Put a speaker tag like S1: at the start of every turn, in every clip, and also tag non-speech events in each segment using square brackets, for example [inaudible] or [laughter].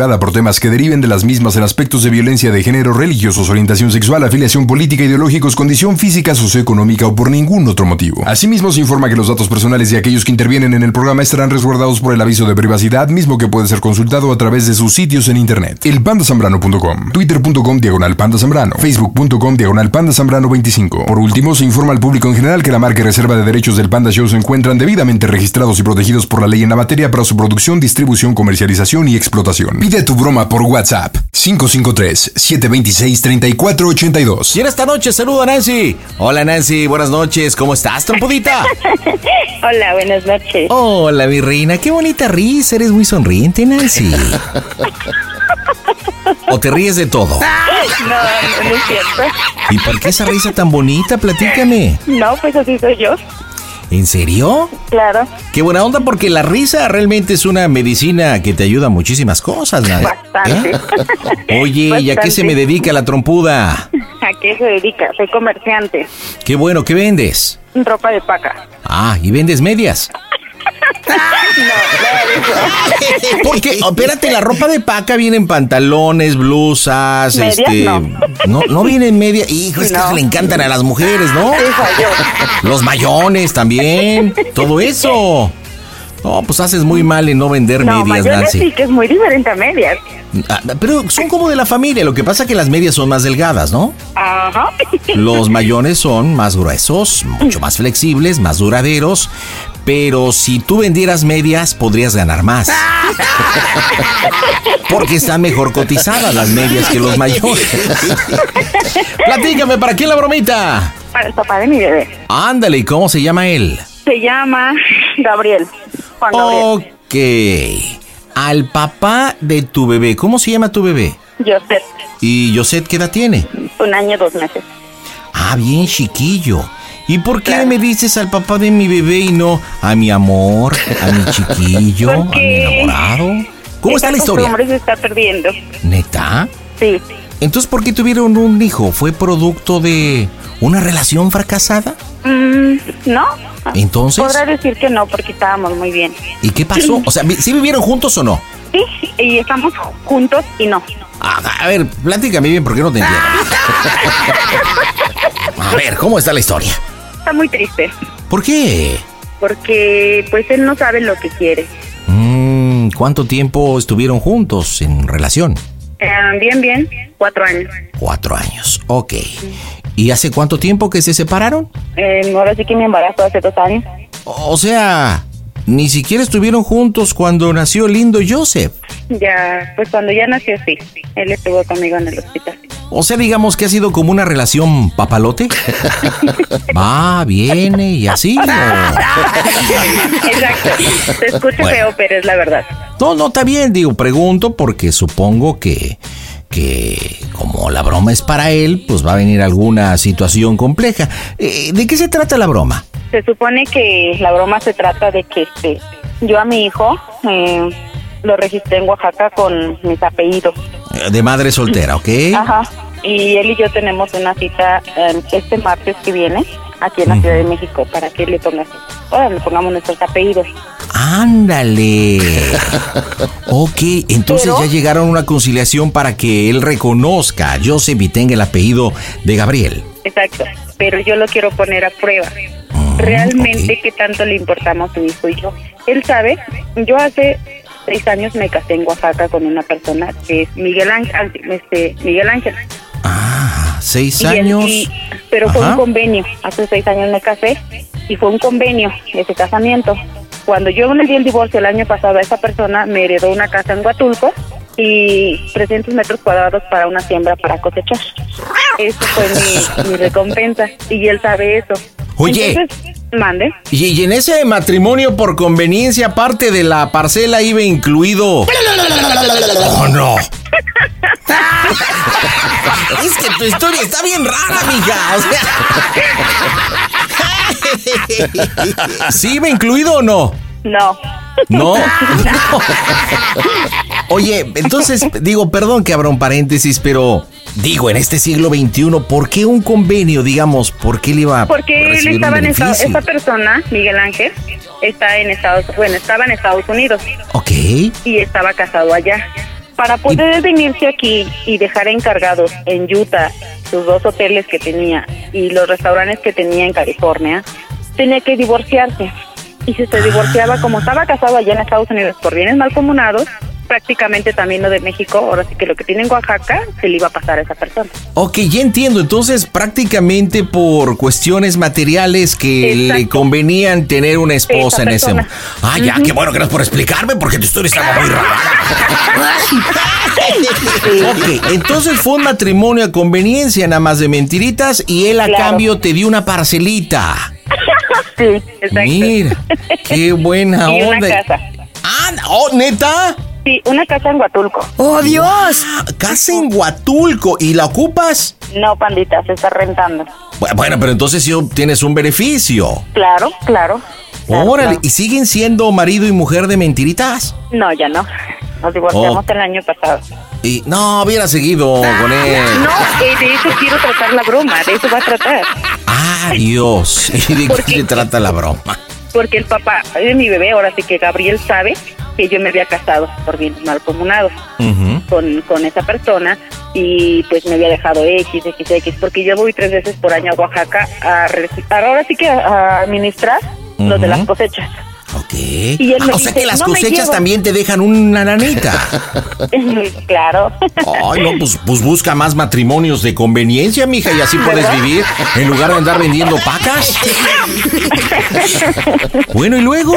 S1: por temas que deriven de las mismas en aspectos de violencia de género, religiosos, orientación sexual, afiliación política, ideológicos, condición física, socioeconómica o por ningún otro motivo. Asimismo, se informa que los datos personales de aquellos que intervienen en el programa estarán resguardados por el aviso de privacidad, mismo que puede ser consultado a través de sus sitios en internet. El pandasambrano.com, twitter.com diagonal pandasambrano, facebook.com diagonal pandasambrano 25. Por último, se informa al público en general que la marca y reserva de derechos del Panda Show se encuentran debidamente registrados y protegidos por la ley en la materia para su producción, distribución, comercialización y explotación. Pide tu broma por WhatsApp 553-726-3482.
S2: Y en esta noche saludo a Nancy. Hola Nancy, buenas noches. ¿Cómo estás, trompudita?
S3: [laughs] Hola, buenas noches.
S2: Hola, mi reina. Qué bonita risa. Eres muy sonriente, Nancy. ¿O te ríes de todo?
S3: [laughs] No, no, no es cierto.
S2: ¿Y por qué esa risa tan bonita? Platícame.
S3: No, pues así soy yo.
S2: ¿En serio?
S3: Claro.
S2: Qué buena onda porque la risa realmente es una medicina que te ayuda a muchísimas cosas, Nancy. ¿Eh?
S3: Bastante.
S2: Oye, ¿y a qué
S3: Bastante.
S2: se me dedica la trompuda?
S3: ¿A qué se dedica? Soy comerciante.
S2: Qué bueno, ¿qué vendes?
S3: Ropa de
S2: [laughs]
S3: paca.
S2: Ah, ¿y vendes medias? Porque, espérate, la ropa de paca viene en pantalones, blusas,
S3: Medias,
S2: este.
S3: no.
S2: no, no viene en media. Hijo, es que
S3: No.
S2: le encantan a las mujeres, ¿no?
S3: Soy yo.
S2: Los mayones también. Todo eso. No, pues haces muy mal en no vender
S3: No,
S2: medias,
S3: mayores
S2: Nancy.
S3: sí que es muy diferente a medias.
S2: Ah, Pero son como de la familia, lo que pasa que las medias son más delgadas, ¿no?
S3: Ajá.
S2: Los mayones son más gruesos, mucho más flexibles, más duraderos. Pero si tú vendieras medias, podrías ganar más. Porque están mejor cotizadas las medias que los mayones. Platícame, ¿para quién la bromita?
S3: Para el papá de mi bebé.
S2: Ándale, ¿y cómo se llama él?
S3: Se llama Gabriel. Juan Gabriel.
S2: Ok. Al papá de tu bebé. ¿Cómo se llama tu bebé?
S3: Joseph.
S2: ¿Y Josette qué edad tiene?
S3: Un año, dos meses.
S2: Ah, bien chiquillo. ¿Y por qué me dices al papá de mi bebé y no a mi amor, a mi chiquillo, a mi
S3: Porque
S2: enamorado? ¿Cómo está la historia?
S3: hombre se está perdiendo.
S2: ¿Neta?
S3: Sí.
S2: Entonces, ¿por qué tuvieron un hijo? ¿Fue producto de una relación fracasada?
S3: Mm, ¿No?
S2: Entonces,
S3: Podrá decir que no, porque estábamos muy bien.
S2: ¿y qué pasó? O sea, ¿vi- ¿sí vivieron juntos o no?
S3: [laughs] Sí, y estamos juntos y no.
S2: A, a ver, pláticame bien porque no te
S3: [laughs]
S2: entiendo. A ver, ¿cómo está la historia?
S3: Está muy triste.
S2: ¿Por qué?
S3: Porque pues él no sabe lo que quiere.
S2: Mm, ¿Cuánto tiempo estuvieron juntos en relación?
S3: Eh, bien, bien, cuatro años.
S2: Cuatro años, ok. ¿Y hace cuánto tiempo que se separaron?
S3: Eh, ahora sí que me embarazo hace dos años.
S2: O sea, ni siquiera estuvieron juntos cuando nació el lindo Joseph.
S3: Ya, pues cuando ya nació, sí. Él estuvo conmigo en el hospital.
S2: O sea, digamos que ha sido como una relación
S3: [laughs]
S2: papalote. Va, viene y así. ¿o?
S3: Exacto. Se escucha
S2: Bueno.
S3: feo, pero es la verdad.
S2: No, no, está bien, digo, pregunto porque supongo que, que como la broma es para él, pues va a venir alguna situación compleja. Eh, ¿De qué se trata la broma?
S3: Se supone que la broma se trata de que este, Yo a mi hijo eh, lo registré en Oaxaca con mis apellidos.
S2: Eh, De madre soltera, ¿ok?
S3: Ajá. Y él y yo tenemos una cita eh, este martes que viene aquí en la
S2: Ujú.
S3: Ciudad de México para que le pongas, ahora le pongamos nuestros apellidos.
S2: [laughs] Ándale. ok, entonces
S3: Pero-
S2: ya llegaron a una conciliación para que él reconozca a Joseph y tenga el apellido de Gabriel.
S3: Exacto. Pero yo lo quiero poner a prueba. Realmente qué tanto le importamos a su hijo y yo. Él sabe, yo hace seis años me casé en Oaxaca con una persona que es Miguel Ángel, este, Miguel Ángel.
S2: Ah, seis
S3: Y él-
S2: años.
S3: y- pero fue
S2: Ajá.
S3: un convenio. Hace seis años me casé y fue un convenio ese casamiento. Cuando yo le di el divorcio el año pasado a esa persona, me heredó una casa en Huatulco y 300 metros cuadrados para una siembra para cosechar. Eso fue
S2: [laughs]
S3: mi, mi recompensa y él sabe eso.
S2: Oye.
S3: Entonces, mande.
S2: Y, y en ese matrimonio por conveniencia, aparte de la parcela, iba incluido. ¡Oh, no! es que tu historia está bien rara, amiga. O sea. [laughs] ¿Sí iba incluido o no?
S3: No. [laughs]
S2: No. Oye, entonces, digo, perdón que abra un paréntesis, pero digo, en este siglo XXI, ¿por qué un convenio, digamos? Ah, ¿Por qué le iba a
S3: Porque él
S2: recibir un
S3: estaba en Estados
S2: beneficio?
S3: Esta persona, Miguel Ángel, está en Estados, bueno, estaba en Estados Unidos.
S2: Ok.
S3: y estaba casado allá. Para poder venirse aquí y dejar encargados en Utah sus dos hoteles que tenía y los restaurantes que tenía en California, tenía que divorciarse. Y si se
S4: Ah.
S3: divorciaba, como estaba casado allá en Estados Unidos por bienes malcomunados, prácticamente también lo de México, ahora sí que lo que tiene en Oaxaca se le iba a pasar a esa persona.
S2: Ok, ya entiendo. Entonces, prácticamente por cuestiones materiales que
S3: Exacto.
S2: le convenían tener una esposa
S3: Esa
S2: en ese
S3: persona.
S2: momento. Ah, ya, qué bueno, gracias por explicarme porque tu historia está muy rara. [laughs] ok, entonces fue un matrimonio a conveniencia, nada más de mentiritas, y él a
S3: Claro.
S2: cambio te dio una parcelita.
S3: Sí, exacto.
S2: Mira, qué buena
S3: [laughs] Y una
S2: onda.
S3: casa.
S2: Ah, oh, neta.
S3: Sí, una casa en Huatulco.
S4: ¡Oh, Dios!
S2: Ah, casa en Huatulco, ¿y la ocupas?
S3: No, pandita, se está rentando.
S2: Bu- Bueno, pero entonces sí obtienes un beneficio.
S3: Claro, claro. claro,
S2: Órale,
S3: claro.
S2: ¿y siguen siendo marido y mujer de mentiritas?
S3: No, ya no. Nos divorciamos
S2: Oh.
S3: el año pasado.
S2: Y no, hubiera seguido con él.
S3: Ah, No, eh, de eso quiero tratar la broma, de eso va a tratar.
S2: Ah, Dios. [laughs] ¿Y de
S3: ¿Por
S2: qué
S3: qué?
S2: le trata la broma?
S3: Porque el papá de mi bebé, ahora sí que Gabriel sabe que yo me había casado por bienes malcomunados
S2: Ujú.
S3: con, con esa persona y pues me había dejado X, X, X, porque yo voy tres veces por año a Oaxaca a, reci- a- ahora sí que a, a administrar lo de las
S2: Ujú.
S3: cosechas.
S2: Ok.
S3: él
S2: Ah,
S3: me
S2: o sea
S3: dice,
S2: que las
S3: [laughs] "No me
S2: cosechas
S3: llevo".
S2: también te dejan una nanita.
S3: [laughs] claro.
S2: Ay, no, pues, pues busca más matrimonios de conveniencia, mija, y así
S3: [laughs]
S2: puedes vivir en lugar de andar vendiendo pacas.
S3: [laughs]
S2: Bueno, y luego.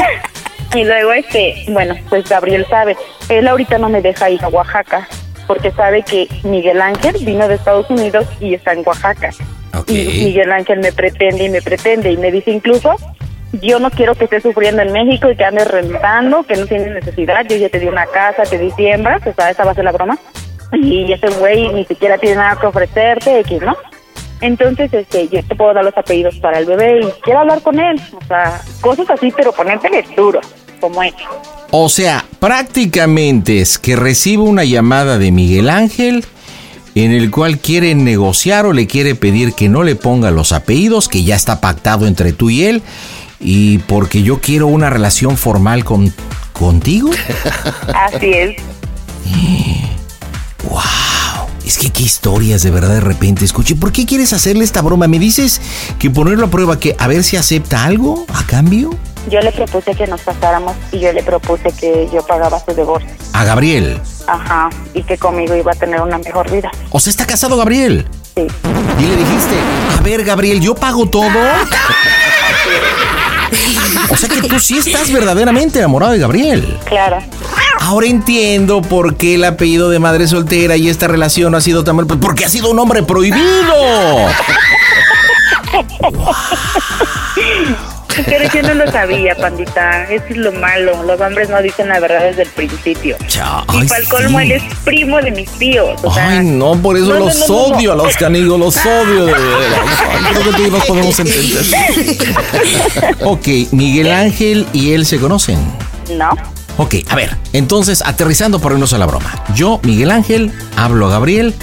S3: Y luego, este, bueno, pues Gabriel sabe, él ahorita no me deja ir a Oaxaca, porque sabe que Miguel Ángel vino de Estados Unidos y está en Oaxaca.
S2: Ok.
S3: Y Miguel Ángel me pretende y me pretende y me dice incluso, yo no quiero que estés sufriendo en México y que andes rentando, que no tienes necesidad, yo ya te di una casa, te di siembra, pues a esa va a ser la broma. Y ese güey ni siquiera tiene nada que ofrecerte, X, ¿no? Entonces, este, yo te puedo dar los apellidos para el bebé y quiero hablar con él. O sea, cosas así, pero ponértele duro, como es.
S2: O sea, prácticamente es que recibe una llamada de Miguel Ángel en el cual quiere negociar o le quiere pedir que no le ponga los apellidos, que ya está pactado entre tú y él, y porque yo quiero una relación formal con, contigo.
S3: [laughs] Así es.
S2: ¡Wow! Es que qué historias de verdad de repente. Escuche, ¿por qué quieres hacerle esta broma? ¿Me dices que ponerlo a prueba, que a ver si acepta algo a cambio?
S3: Yo le propuse que nos casáramos y yo le propuse que yo pagaba su divorcio.
S2: A Gabriel.
S3: Ajá, y que conmigo iba a tener una mejor vida.
S2: O sea, está casado Gabriel.
S3: Sí.
S2: Y le dijiste, a ver Gabriel, yo pago
S3: [laughs]
S2: todo. O sea que tú sí estás verdaderamente enamorado de Gabriel.
S3: Claro,
S2: Ahora entiendo por qué el apellido de madre soltera y esta relación no ha sido tan mal. Pues porque ha sido un hombre
S3: [laughs]
S2: prohibido.
S3: pero yo no lo sabía, pandita. Eso es lo malo. Los hombres no dicen la verdad desde el principio.
S2: Cha-
S3: y
S2: ay,
S3: para el colmo,
S2: sí.
S3: él es primo de mis tíos. O sea,
S2: Ay, no, por eso
S3: No, no,
S2: los
S3: no, no,
S2: odio
S3: no.
S2: a los canigos, los odio. de
S3: [laughs]
S2: veras. Ay, Creo que tú y nos podemos entender. ok, Miguel Ángel y él se conocen.
S3: No.
S2: Ok, a ver, entonces aterrizando por irnos a la broma. Yo, Miguel Ángel, hablo a Gabriel,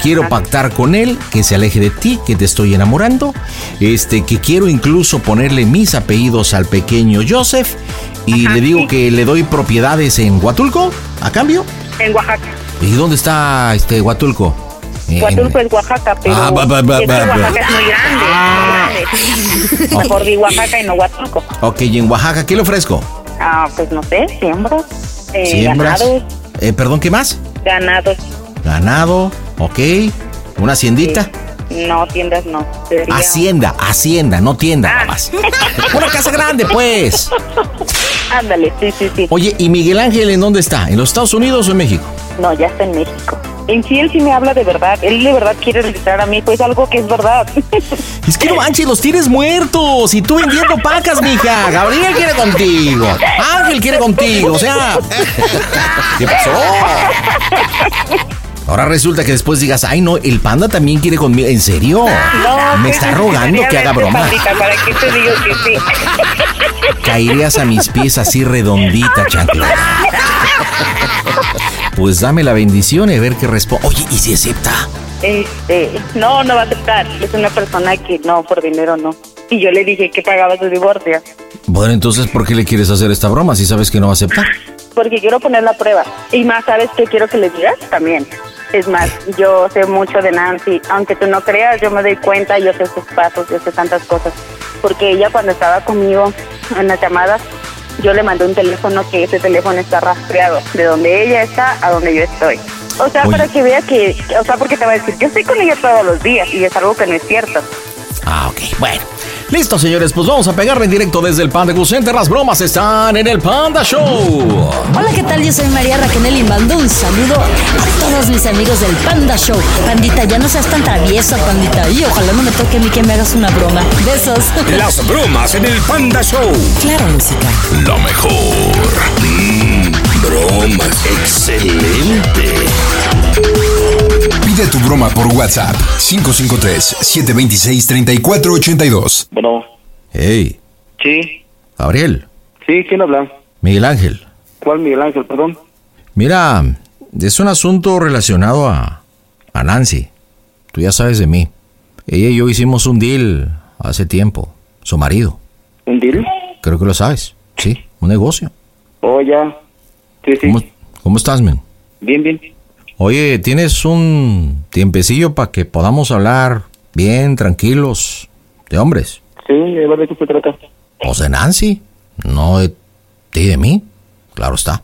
S2: quiero pactar con él, que se aleje de ti, que te estoy enamorando, este, que quiero incluso ponerle mis apellidos al pequeño Joseph y
S3: Ajá,
S2: le digo
S3: sí.
S2: que le doy propiedades en Huatulco a cambio.
S3: En Oaxaca.
S2: ¿Y dónde está este Huatulco? En-
S3: Huatulco es Oaxaca, pero
S2: Ah, ba, ba, ba,
S3: es que
S2: ba, ba.
S3: Oaxaca es muy grande.
S2: Ah.
S3: es muy grande. Mejor di Oaxaca y no Huatulco.
S2: Ok, ¿y en Oaxaca qué le ofrezco?
S3: Ah, pues no sé, siembras. eh,
S2: Siembras.
S3: Ganados.
S2: Eh, perdón, ¿qué más?
S3: Ganados.
S2: Ganado, ok. Una haciendita.
S3: eh, no, tiendas no. sería-
S2: Ah, Hacienda, hacienda, no tienda
S3: Ah.
S2: nada más. [laughs] Una casa grande, pues.
S3: Ándale, sí, sí, sí.
S2: Oye, ¿y Miguel Ángel en dónde está? ¿En los Estados Unidos o en México?
S3: No, ya está en México. En sí, él sí me habla de verdad. Él de verdad quiere regresar a mí, pues algo que es verdad. [laughs]
S2: Es
S3: Eh.
S2: que no manches, los tienes muertos. Y tú vendiendo pacas, mija. Gabriel quiere contigo. Ángel quiere contigo. O
S3: [laughs]
S2: sea, ¿qué pasó? Ahora resulta que después digas, ay no, el panda también quiere conmigo. ¿En serio?
S3: No,
S2: Ah, Me
S3: pues,
S2: está rogando que haga broma.
S3: Pandita, ¿Para qué te digo que sí? [laughs]
S2: Caerías a mis pies así redondita, chanclona. Pues dame la bendición y a ver qué responde. Oye, ¿y si acepta?
S3: Este, no, no va a aceptar. Es una persona que no, por dinero no. Y yo le dije que pagaba su divorcio.
S2: Bueno, entonces, ¿por qué le quieres hacer esta broma si sabes que no va a aceptar?
S3: Porque quiero poner la prueba. Y más, ¿sabes qué quiero que le digas? También. Es más, yo sé mucho de Nancy. Aunque tú no creas, yo me doy cuenta, yo sé sus pasos, yo sé tantas cosas. Porque ella cuando estaba conmigo en las llamadas, yo le mandé un teléfono que ese teléfono está rastreado. De donde ella está a donde yo estoy. O sea,
S2: Oye.
S3: para que vea que, o sea, porque te va a decir, yo estoy con ella todos los días y es algo que no es cierto.
S2: Ah, ok, bueno. Listo, señores, pues vamos a pegarle en directo desde el Panda Cool Center. Las bromas están en el Panda Show.
S5: Hola, ¿qué tal? Yo soy María Raquel y mando un saludo a todos mis amigos del Panda Show. Pandita, ya no seas tan traviesa, pandita. Y ojalá no me toque a mí que me hagas una broma. Besos.
S6: Las bromas en el Panda Show.
S5: Claro, música.
S6: Lo mejor. Mm, bromas. Excelente.
S2: este-
S1: Pide tu broma por WhatsApp 553-726-3482.
S7: Bueno,
S2: Hey,
S7: sí,
S2: Gabriel,
S7: sí, ¿quién habla?
S2: Miguel Ángel.
S7: ¿Cuál Miguel Ángel, perdón?
S2: Mira, es un asunto relacionado a, a Nancy. Tú ya sabes de mí. Ella y yo hicimos un deal hace tiempo. Su marido.
S7: ¿Un deal?
S2: Creo que lo sabes. Sí, un negocio.
S7: Oh, ya. Sí, sí.
S2: ¿Cómo, cómo estás, men?
S7: Bien, bien.
S2: Oye, ¿tienes un tiempecillo para que podamos hablar bien, tranquilos, de hombres?
S7: Sí, a ver de qué se trata. [clears throat]
S2: O de Nancy, no de ti y de mí, claro está.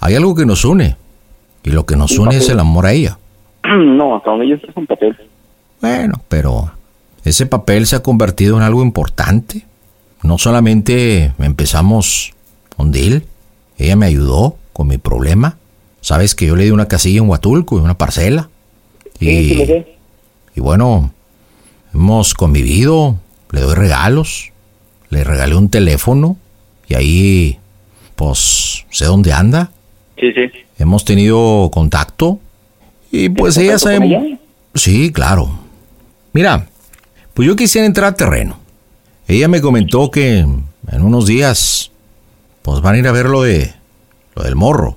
S2: Hay algo que nos une, y lo que nos une es el amor a ella.
S7: no, hasta donde yo sé es un papel.
S2: Bueno, pero ese papel se ha convertido en algo importante. No solamente empezamos un deal, ella me ayudó con mi problema. Sabes que yo le di una casilla en Huatulco y una parcela.
S7: Sí, sí, lo
S2: Y,
S7: sé.
S2: y bueno, hemos convivido, le doy regalos, le regalé un teléfono y ahí, pues, sé dónde anda.
S7: Sí, sí.
S2: Hemos tenido contacto y pues ella
S7: contacto
S2: sabe...
S7: con
S2: mu-
S7: ella?
S2: Sí, claro. Mira, pues yo quisiera entrar a terreno. Ella me comentó que en unos días pues van a ir a ver lo de lo del morro,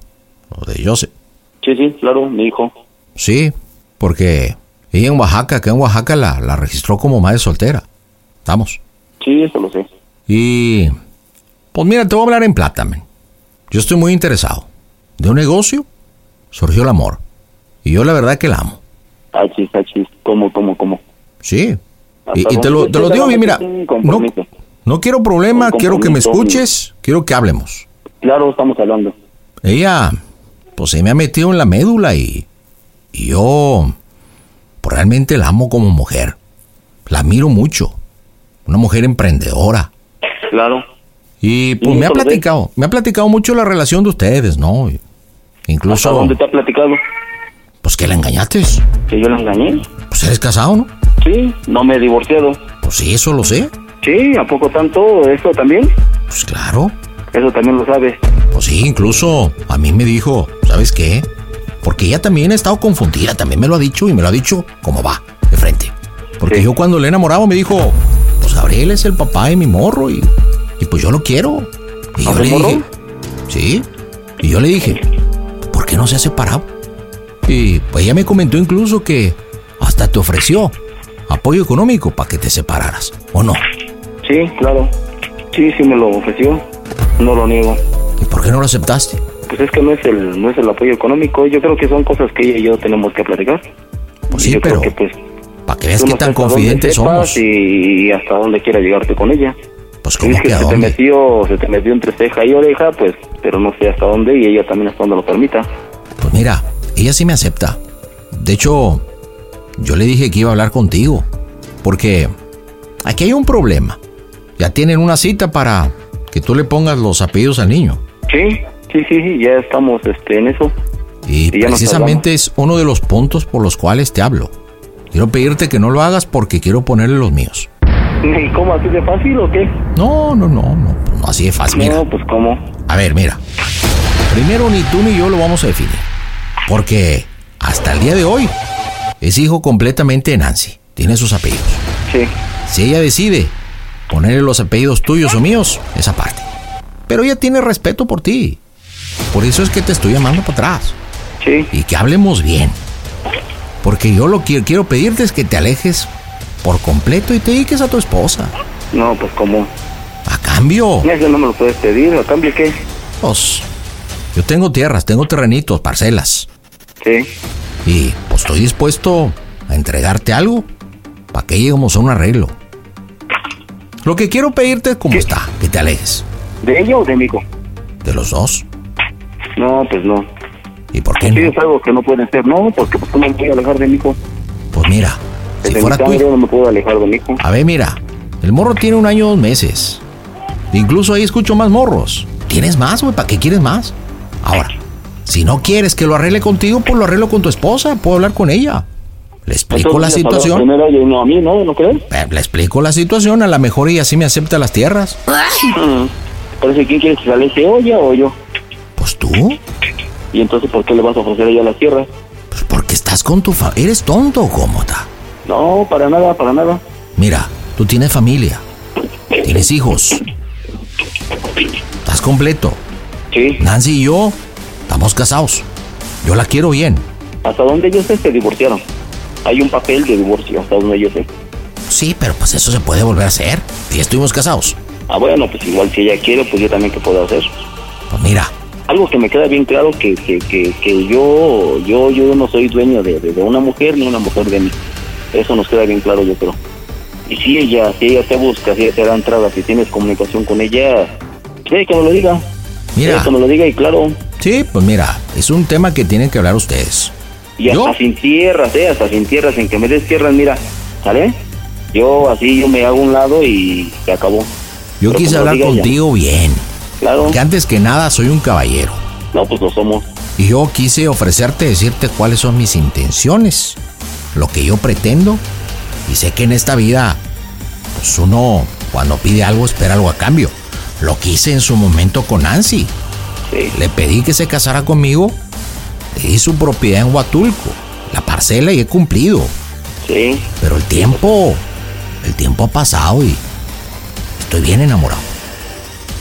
S2: lo de Joseph.
S7: Sí, sí, claro, mi hijo.
S2: Sí, porque ella en Oaxaca, que en Oaxaca la, la registró como madre soltera. Estamos.
S7: Sí, eso lo sé.
S2: Y pues mira, te voy a hablar en plata, men. Yo estoy muy interesado. De un negocio surgió el amor. Y yo la verdad que la amo.
S7: Achis, achis. ¿Cómo, cómo, cómo?
S2: Sí.
S7: Hasta
S2: Y, y te, lo,
S7: donde
S2: te lo
S7: yo
S2: digo
S7: sé,
S2: bien, mira.
S7: realmente sin
S2: No,
S7: compromiso.
S2: no quiero problema,
S7: Sin
S2: quiero que me
S7: compromiso.
S2: escuches, quiero que hablemos.
S7: Claro, estamos hablando.
S2: Ella, pues se me ha metido en la médula y, y yo pues, realmente la amo como mujer. La admiro mucho. Una mujer emprendedora.
S7: Claro.
S2: Y pues
S7: Sí,
S2: me ha
S7: eso lo sé.
S2: platicado, me ha platicado mucho la relación de ustedes, ¿no? Y-
S7: ¿Hasta
S2: Incluso,
S7: dónde te ha platicado?
S2: pues que la engañaste.
S7: ¿Que yo la engañé?
S2: Pues eres casado, ¿no?
S7: Sí, no me he divorciado.
S2: Pues sí, eso lo sé.
S7: Sí, ¿a poco tanto? ¿Eso también?
S2: Pues claro.
S7: Eso también lo sabes.
S2: Pues sí, incluso a mí me dijo, ¿sabes qué? Porque ella también ha estado confundida, también me lo ha dicho y me lo ha dicho como va, de frente. Porque
S7: Sí.
S2: yo cuando le enamoraba me dijo, pues Gabriel es el papá de mi morro y, y pues yo lo quiero. Y yo
S7: ¿A tu
S2: le
S7: morro?
S2: dije, Sí. Y yo le dije, ¿por qué no se ha separado? Y pues ella me comentó incluso que hasta te ofreció apoyo económico para que te separaras, ¿o no?
S7: Sí, claro. Sí, sí me lo ofreció. No lo niego.
S2: ¿Y por qué no lo aceptaste?
S7: Pues es que no es el no es el apoyo económico. Yo creo que son cosas que ella y yo tenemos que platicar.
S2: Pues
S7: Y
S2: sí,
S7: yo creo
S2: pero
S7: que, pues,
S2: para que veas
S7: tú
S2: qué
S7: no
S2: tan
S7: sabes a dónde
S2: confidentes
S7: sepas
S2: somos.
S7: Y, y hasta dónde quiera llegarte con ella.
S2: Pues
S7: Es
S2: como
S7: que
S2: que a
S7: se te
S2: dónde.
S7: metió, se te metió entre ceja y oreja, pues, pero no sé hasta dónde y ella también hasta donde lo permita.
S2: Pues mira, ella sí me acepta. De hecho, yo le dije que iba a hablar contigo. Porque aquí hay un problema. Ya tienen una cita para que tú le pongas los apellidos al niño.
S7: Sí, sí, sí, sí, ya estamos este, en eso.
S2: Y
S7: Y ya nos
S2: precisamente es uno de los puntos por los cuales te hablo. Quiero pedirte que no lo hagas porque quiero ponerle los míos.
S7: [laughs] ¿Y cómo así de fácil o qué?
S2: No, no, no, no. no así de fácil. Mira,
S7: No, pues cómo.
S2: A ver, mira. Primero ni tú ni yo lo vamos a definir. Porque hasta el día de hoy es hijo completamente de Nancy. Tiene sus apellidos.
S7: Sí,
S2: Si ella decide ponerle los apellidos tuyos o míos, esa parte. Pero ella tiene respeto por ti. Por eso es que te estoy llamando para atrás.
S7: sí,
S2: Y que hablemos bien. Porque yo lo que quiero pedirte es que te alejes por completo y te dediques a tu esposa.
S7: no, pues cómo.
S2: A cambio.
S7: Eso no me lo puedes pedir, ¿a cambio qué?
S2: Pues, yo tengo tierras, tengo terrenitos, parcelas.
S7: Sí,
S2: Y pues estoy dispuesto a entregarte algo para que lleguemos a un arreglo. Lo que quiero pedirte es como está, que te alejes
S7: ¿de ella o de Mico?
S2: de los dos.
S7: No, pues no.
S2: ¿Y por qué
S7: Sí,
S2: no?
S7: es algo que no puede ser, no, porque pues cómo me voy a alejar de Mico.
S2: Pues mira, si
S7: Desde
S2: fuera
S7: mi
S2: tu
S7: sangre
S2: hijo.
S7: no me puedo alejar de Mico.
S2: A ver, mira, el morro tiene un año dos meses. Incluso ahí escucho más morros. ¿Tienes más, güey? ¿Para qué quieres más? Ahora, si no quieres que lo arregle contigo, pues lo arreglo con tu esposa. Puedo hablar con ella. Le explico la
S7: Entonces, ya sabes,
S2: situación.
S7: Primero ella y no a mí, ¿no? ¿No crees?
S2: Eh, Le explico la situación. A lo mejor ella sí me acepta las tierras.
S7: Mm. Parece quién quiere que se aleje, ella o yo.
S2: Pues tú.
S7: Y entonces, ¿por qué le vas a ofrecer a ella las tierras?
S2: Pues porque estás con tu familia. ¿Eres tonto o cómo está?
S7: No, para nada, para nada.
S2: Mira, tú tienes familia. Tienes hijos. Estás completo.
S7: Sí,
S2: Nancy y yo estamos casados. Yo la quiero bien.
S7: hasta donde yo sé se divorciaron. Hay un papel de divorcio, hasta donde yo sé.
S2: Sí, pero pues eso se puede volver a hacer. Si estuvimos casados.
S7: Ah, bueno, pues igual si ella quiere, pues yo también que puedo hacer.
S2: Pues mira,
S7: Algo que me queda bien claro que, que, que, que yo, yo, yo no soy dueño de, de- de una mujer ni una mujer de mí. Eso nos queda bien claro, yo creo. Y si ella, si ella te busca, si ella te da entrada, si tienes comunicación con ella, sí, que me lo diga.
S2: mira.
S7: Sí, que me lo diga y claro.
S2: Sí, pues mira, es un tema que tienen que hablar ustedes.
S7: Y hasta
S2: ¿Yo?
S7: sin tierras, eh, hasta sin tierras, en que me des tierras, mira, ¿sale? Yo así, yo me hago a un lado y se acabó.
S2: Yo
S7: Pero
S2: quise
S7: como
S2: hablar
S7: diga ella,
S2: contigo bien.
S7: Claro,
S2: Que antes que nada soy un caballero.
S7: no, pues lo somos.
S2: Y yo quise ofrecerte, decirte cuáles son mis intenciones, lo que yo pretendo. Y sé que en esta vida, pues uno cuando pide algo espera algo a cambio. Lo quise en su momento con Nancy.
S7: Sí,
S2: Le pedí que se casara conmigo. Le di su propiedad en Huatulco, la parcela y he cumplido.
S7: sí,
S2: Pero el tiempo, el tiempo ha pasado y estoy bien enamorado.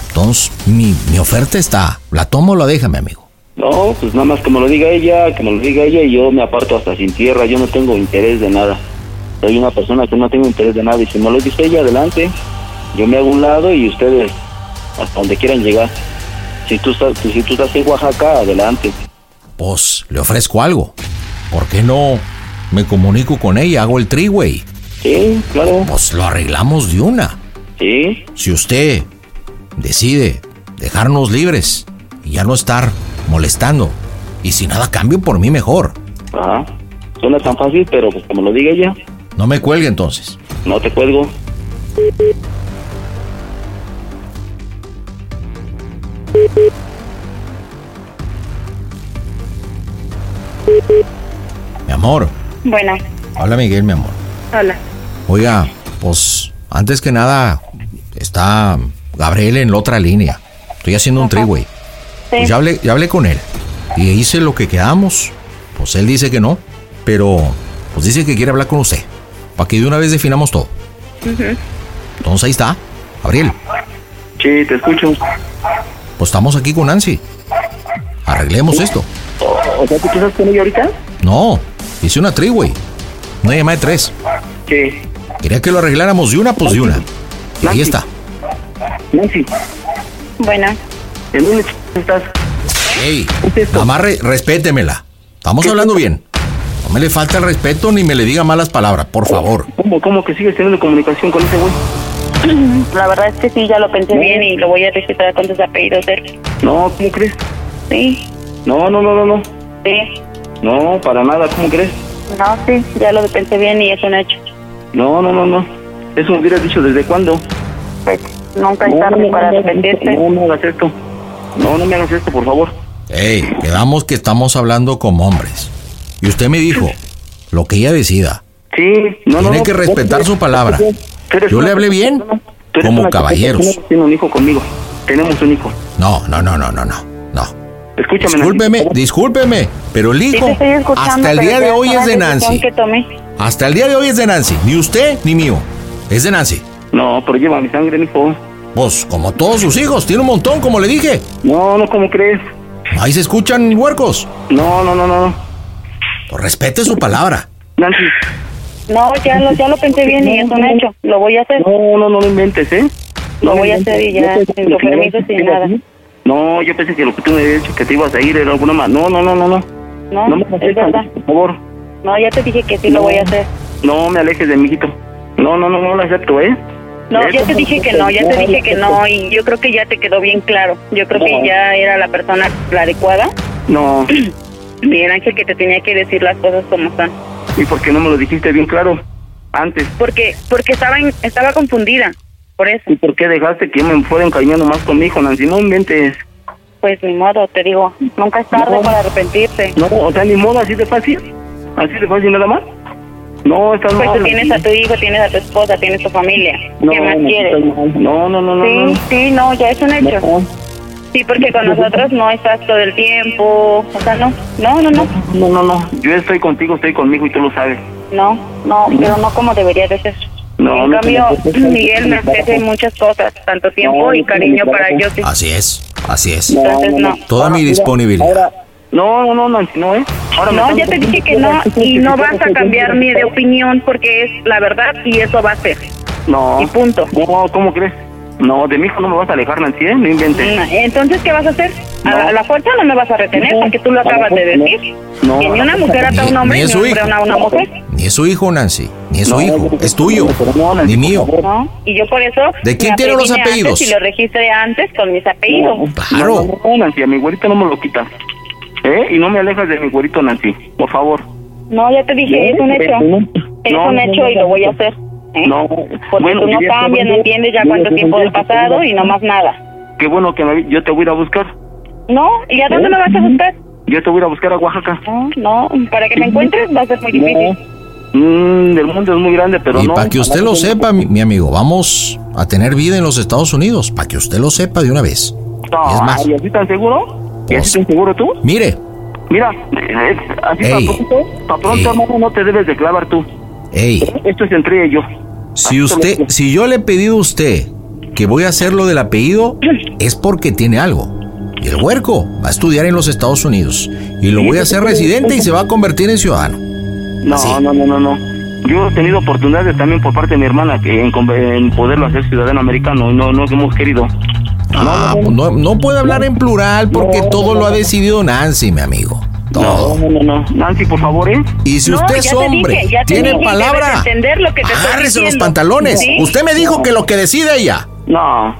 S2: Entonces, mi, mi oferta está. La tomo o la déjame, amigo.
S7: no, pues nada más que me lo diga ella, que me lo diga ella y yo me aparto hasta sin tierra, yo no tengo interés de nada. Soy una persona que no tengo interés de nada y si me lo dice ella, adelante. Yo me hago a un lado y ustedes hasta donde quieran llegar. Si tú estás, si tú estás en Oaxaca, adelante.
S2: Pues le ofrezco algo. ¿Por qué no me comunico con ella? Hago el triway.
S7: Sí, claro,
S2: Pues lo arreglamos de una.
S7: sí.
S2: Si usted decide dejarnos libres y ya no estar molestando, y si nada cambio por mí mejor.
S7: Ajá. Suena tan fácil, pero pues como lo diga ella,
S2: No me cuelgue entonces.
S7: no te cuelgo.
S2: Mi amor.
S3: Bueno,
S2: Hola Miguel, mi amor.
S3: hola.
S2: Oiga, pues antes que nada está Gabriel en la otra línea. Estoy haciendo un triway. Pues ya hablé, ya hablé con él y hice lo que quedamos. Pues él dice que no, pero pues dice que quiere hablar con usted para que de una vez definamos todo. Entonces ahí está, Gabriel.
S7: Sí, te escucho.
S2: Pues estamos aquí con Nancy. Arreglemos esto.
S7: O, o sea, ¿tú estás con ella ahorita?
S2: No, hice una tri, güey. Una llamada de tres.
S7: Sí.
S2: Quería que lo arregláramos de una, pues de una. Y ahí está.
S7: Nancy,
S3: Bueno, [clears throat]
S7: ¿en dónde ch- estás?
S2: Ey,
S7: ¿Qué es esto?
S2: nada más re- respétemela. Estamos hablando bien. No me le falta el respeto ni me le diga malas palabras, por favor.
S7: ¿Cómo, cómo que sigues teniendo comunicación con ese güey?
S3: la verdad es que sí, ya lo pensé bien y lo voy a registrar con sus apellidos de él.
S7: No, ¿cómo crees?
S3: Sí,
S7: No, no, no, no, no.
S3: sí.
S7: No, para nada, ¿cómo crees?
S3: No, sí, ya lo pensé bien y es un hecho.
S7: No, no, no, no. Eso me hubieras dicho desde cuándo.
S3: Pues nunca es
S7: No,
S3: tarde
S2: Uh,
S7: no, no,
S3: para
S7: no,
S3: arrepentirse.
S7: No, no hagas esto. No, no me hagas esto, por favor.
S2: Ey, quedamos que estamos hablando como hombres. Y usted me dijo, lo que ella decida.
S7: Sí, no, no.
S2: Tiene
S7: no,
S2: que
S7: no,
S2: respetar
S7: tú-
S2: su palabra.
S7: tú eres
S2: Yo
S7: una
S2: le hablé bien,
S7: persona- tú eres
S2: como
S7: una
S2: caballeros.
S7: persona que Tiene un hijo conmigo. Tenemos un hijo.
S2: No, no, no, no, no, no. No.
S7: Escúchame.
S2: Discúlpeme,
S7: Nancy.
S2: discúlpeme. Pero el
S3: Sí, te
S2: hijo,
S3: estoy escuchando.
S2: hasta el
S3: pero
S2: día de
S3: ya
S2: hoy
S3: tomé
S2: es de
S3: la decisión
S2: Nancy.
S3: que tomé.
S2: Hasta el día de hoy es de Nancy. Ni usted ni mío. Es de Nancy.
S7: No, pero lleva mi sangre, mi hijo.
S2: Pues, como todos sus hijos, tiene un montón, como le dije.
S7: No, no, ¿cómo crees?
S2: Ahí se escuchan huercos.
S7: No, no, no, no.
S2: Pues, respete su palabra.
S7: Nancy,
S3: No, ya lo, ya lo pensé bien y es un hecho. Lo voy a hacer.
S7: no, no, no lo inventes, ¿eh?
S3: Lo voy a
S7: inventes.
S3: hacer y ya,
S7: Yo pensé
S3: sin
S7: que lo
S3: tu
S7: que me
S3: permiso,
S7: habías
S3: sin
S7: dicho
S3: nada.
S7: a ti- No, yo pensé que lo que tú me habías dicho que te ibas a ir era alguna más. No, no, no, no, no.
S3: No,
S7: No me hagas
S3: es
S7: esto,
S3: verdad.
S7: por favor.
S3: No, ya te dije que sí lo voy a hacer.
S7: No me alejes de mi hijito. No, no, no, no lo acepto, ¿eh?
S3: No,
S7: Eh,
S3: ya te dije que no, ya te dije que no y yo creo que ya te quedó bien claro. Yo creo que ya era la persona la adecuada.
S7: No, [clears throat]
S3: Miguel Ángel que te tenía que decir las cosas como son.
S7: ¿y por qué no me lo dijiste bien claro antes?
S3: Porque porque estaba en- estaba confundida. Por eso,
S7: ¿Y por qué dejaste que me fuera encariñando más con mi hijo, Nancy? No inventes.
S3: pues ni modo, te digo, nunca es tarde
S7: No.
S3: para arrepentirse.
S7: No, o sea, ni modo, así de fácil. Así de fácil nada más. No, estás
S3: Pues
S7: mal.
S3: tú tienes a
S7: Nancy.
S3: tu hijo, tienes a tu esposa, tienes tu familia.
S7: No,
S3: ¿Qué más
S7: Nancy,
S3: quieres?
S7: estás mal. No, no, no, no.
S3: Sí, sí, no, ya es un
S7: no,
S3: hecho.
S7: no.
S3: Sí, porque con nosotros no estás todo el tiempo. O sea, no, no, no, no,
S7: No, no, no. Yo estoy contigo, estoy conmigo y tú lo sabes.
S3: no, no, pero no como debería de ser.
S7: No,
S3: en
S7: no
S3: cambio,
S7: tiene por qué ser.
S3: Miguel me ofrece muchas cosas, tanto tiempo
S7: No,
S3: y
S7: no tiene
S3: cariño
S7: por qué
S3: para
S7: ser.
S3: yo. sí.
S2: Así es, así es.
S3: Entonces, no.
S2: Toda mi
S7: mira,
S2: disponibilidad.
S7: ahora- no, no, no, Nancy, no, ¿eh? Ahora me
S3: No,
S7: estás
S3: ya te dije que no y no vas a cambiar ni de opinión porque es la verdad y eso va a ser.
S7: No.
S3: Y punto.
S7: No, ¿cómo crees? No, de mi hijo no me vas a alejar, Nancy, ¿eh? No inventes.
S3: Mm, Entonces, ¿qué vas a hacer? ¿A la, a la fuerza no me vas a retener
S7: No.
S3: porque tú lo
S7: A la
S3: acabas de
S7: fuerza no.
S3: decir.
S7: No,
S3: que
S7: a
S3: ni
S7: la
S3: una
S7: fuerza
S3: mujer ata a un
S2: Ni-
S3: hombre,
S2: ni
S3: ni,
S2: es
S3: un
S2: su
S3: hombre
S2: hijo.
S3: a una mujer.
S2: Ni es su hijo, Nancy. Ni es su
S7: No,
S2: hijo.
S7: no, no,
S2: Es tuyo.
S7: pero no, Nancy,
S2: Ni mío.
S7: por favor.
S3: ¿no? Y yo por eso...
S2: ¿De quién
S3: me
S2: tiene los
S3: previne antes
S2: apellidos?
S3: Y lo registré antes con mis apellidos.
S2: Claro.
S7: No, no, no, Nancy, a mi güerito no me lo quitas. ¿Eh? Y no me alejas de mi güerito, Nancy, por favor.
S3: No, ya te dije, es un hecho. Es
S7: No,
S3: un
S7: no,
S3: hecho
S7: no,
S3: y
S7: no,
S3: lo voy a
S7: no.
S3: hacer. ¿eh?
S7: No.
S3: Porque
S7: Bueno,
S3: tú
S7: diría
S3: no
S7: que
S3: cambias, no
S7: bueno,
S3: entiendes ya
S7: diría
S3: cuánto
S7: que
S3: tiempo
S7: bueno,
S3: ha pasado y no más nada.
S7: Qué bueno que me- yo te voy a ir a buscar. ¿Eh?
S3: No, ¿y a dónde me vas a buscar?
S7: Yo te voy a ir a buscar a Oaxaca.
S3: No, no, para que me encuentres va a ser muy difícil.
S7: Mm, el mundo es muy grande, pero
S2: Y
S7: no.
S2: para que usted lo sepa, mi, mi amigo, vamos a tener vida en los Estados Unidos. Para que usted lo sepa de una vez.
S7: No,
S2: Es más.
S7: ¿Y así tan seguro? ¿Y así tan seguro tú?
S2: Mire,
S7: Mira, eh, eh, así
S2: Ey.
S7: para pronto, pa' pronto,
S2: Ey.
S7: hermano, no te debes de clavar tú.
S2: hey,
S7: Esto es entre ella y yo.
S2: si usted, si yo le he pedido a usted que voy a hacer lo del
S7: [clears throat]
S2: apellido, es porque tiene algo. Y el huerco va a estudiar en los Estados Unidos. Y lo voy a hacer residente y se va a convertir en ciudadano.
S7: No,
S2: Sí.
S7: no, no, no, no. Yo he tenido oportunidades también por parte de mi hermana que en, con- en poderlo hacer ciudadano americano y no, no hemos querido.
S2: Ah, pues no, no puede hablar en plural porque todo lo ha decidido Nancy, mi amigo.
S7: No,
S2: Todo.
S7: no, no, no. Nancy, por favor, ¿eh?
S2: Y si
S3: No,
S2: usted
S3: ya
S2: es
S3: te
S2: hombre,
S3: dije, ya te
S2: tiene
S3: dije y debes
S2: palabra.
S3: entender lo que te estoy
S2: Agárrese los
S3: diciendo.
S2: pantalones.
S3: ¿Sí?
S2: Usted me dijo que lo que decide ella.
S7: No.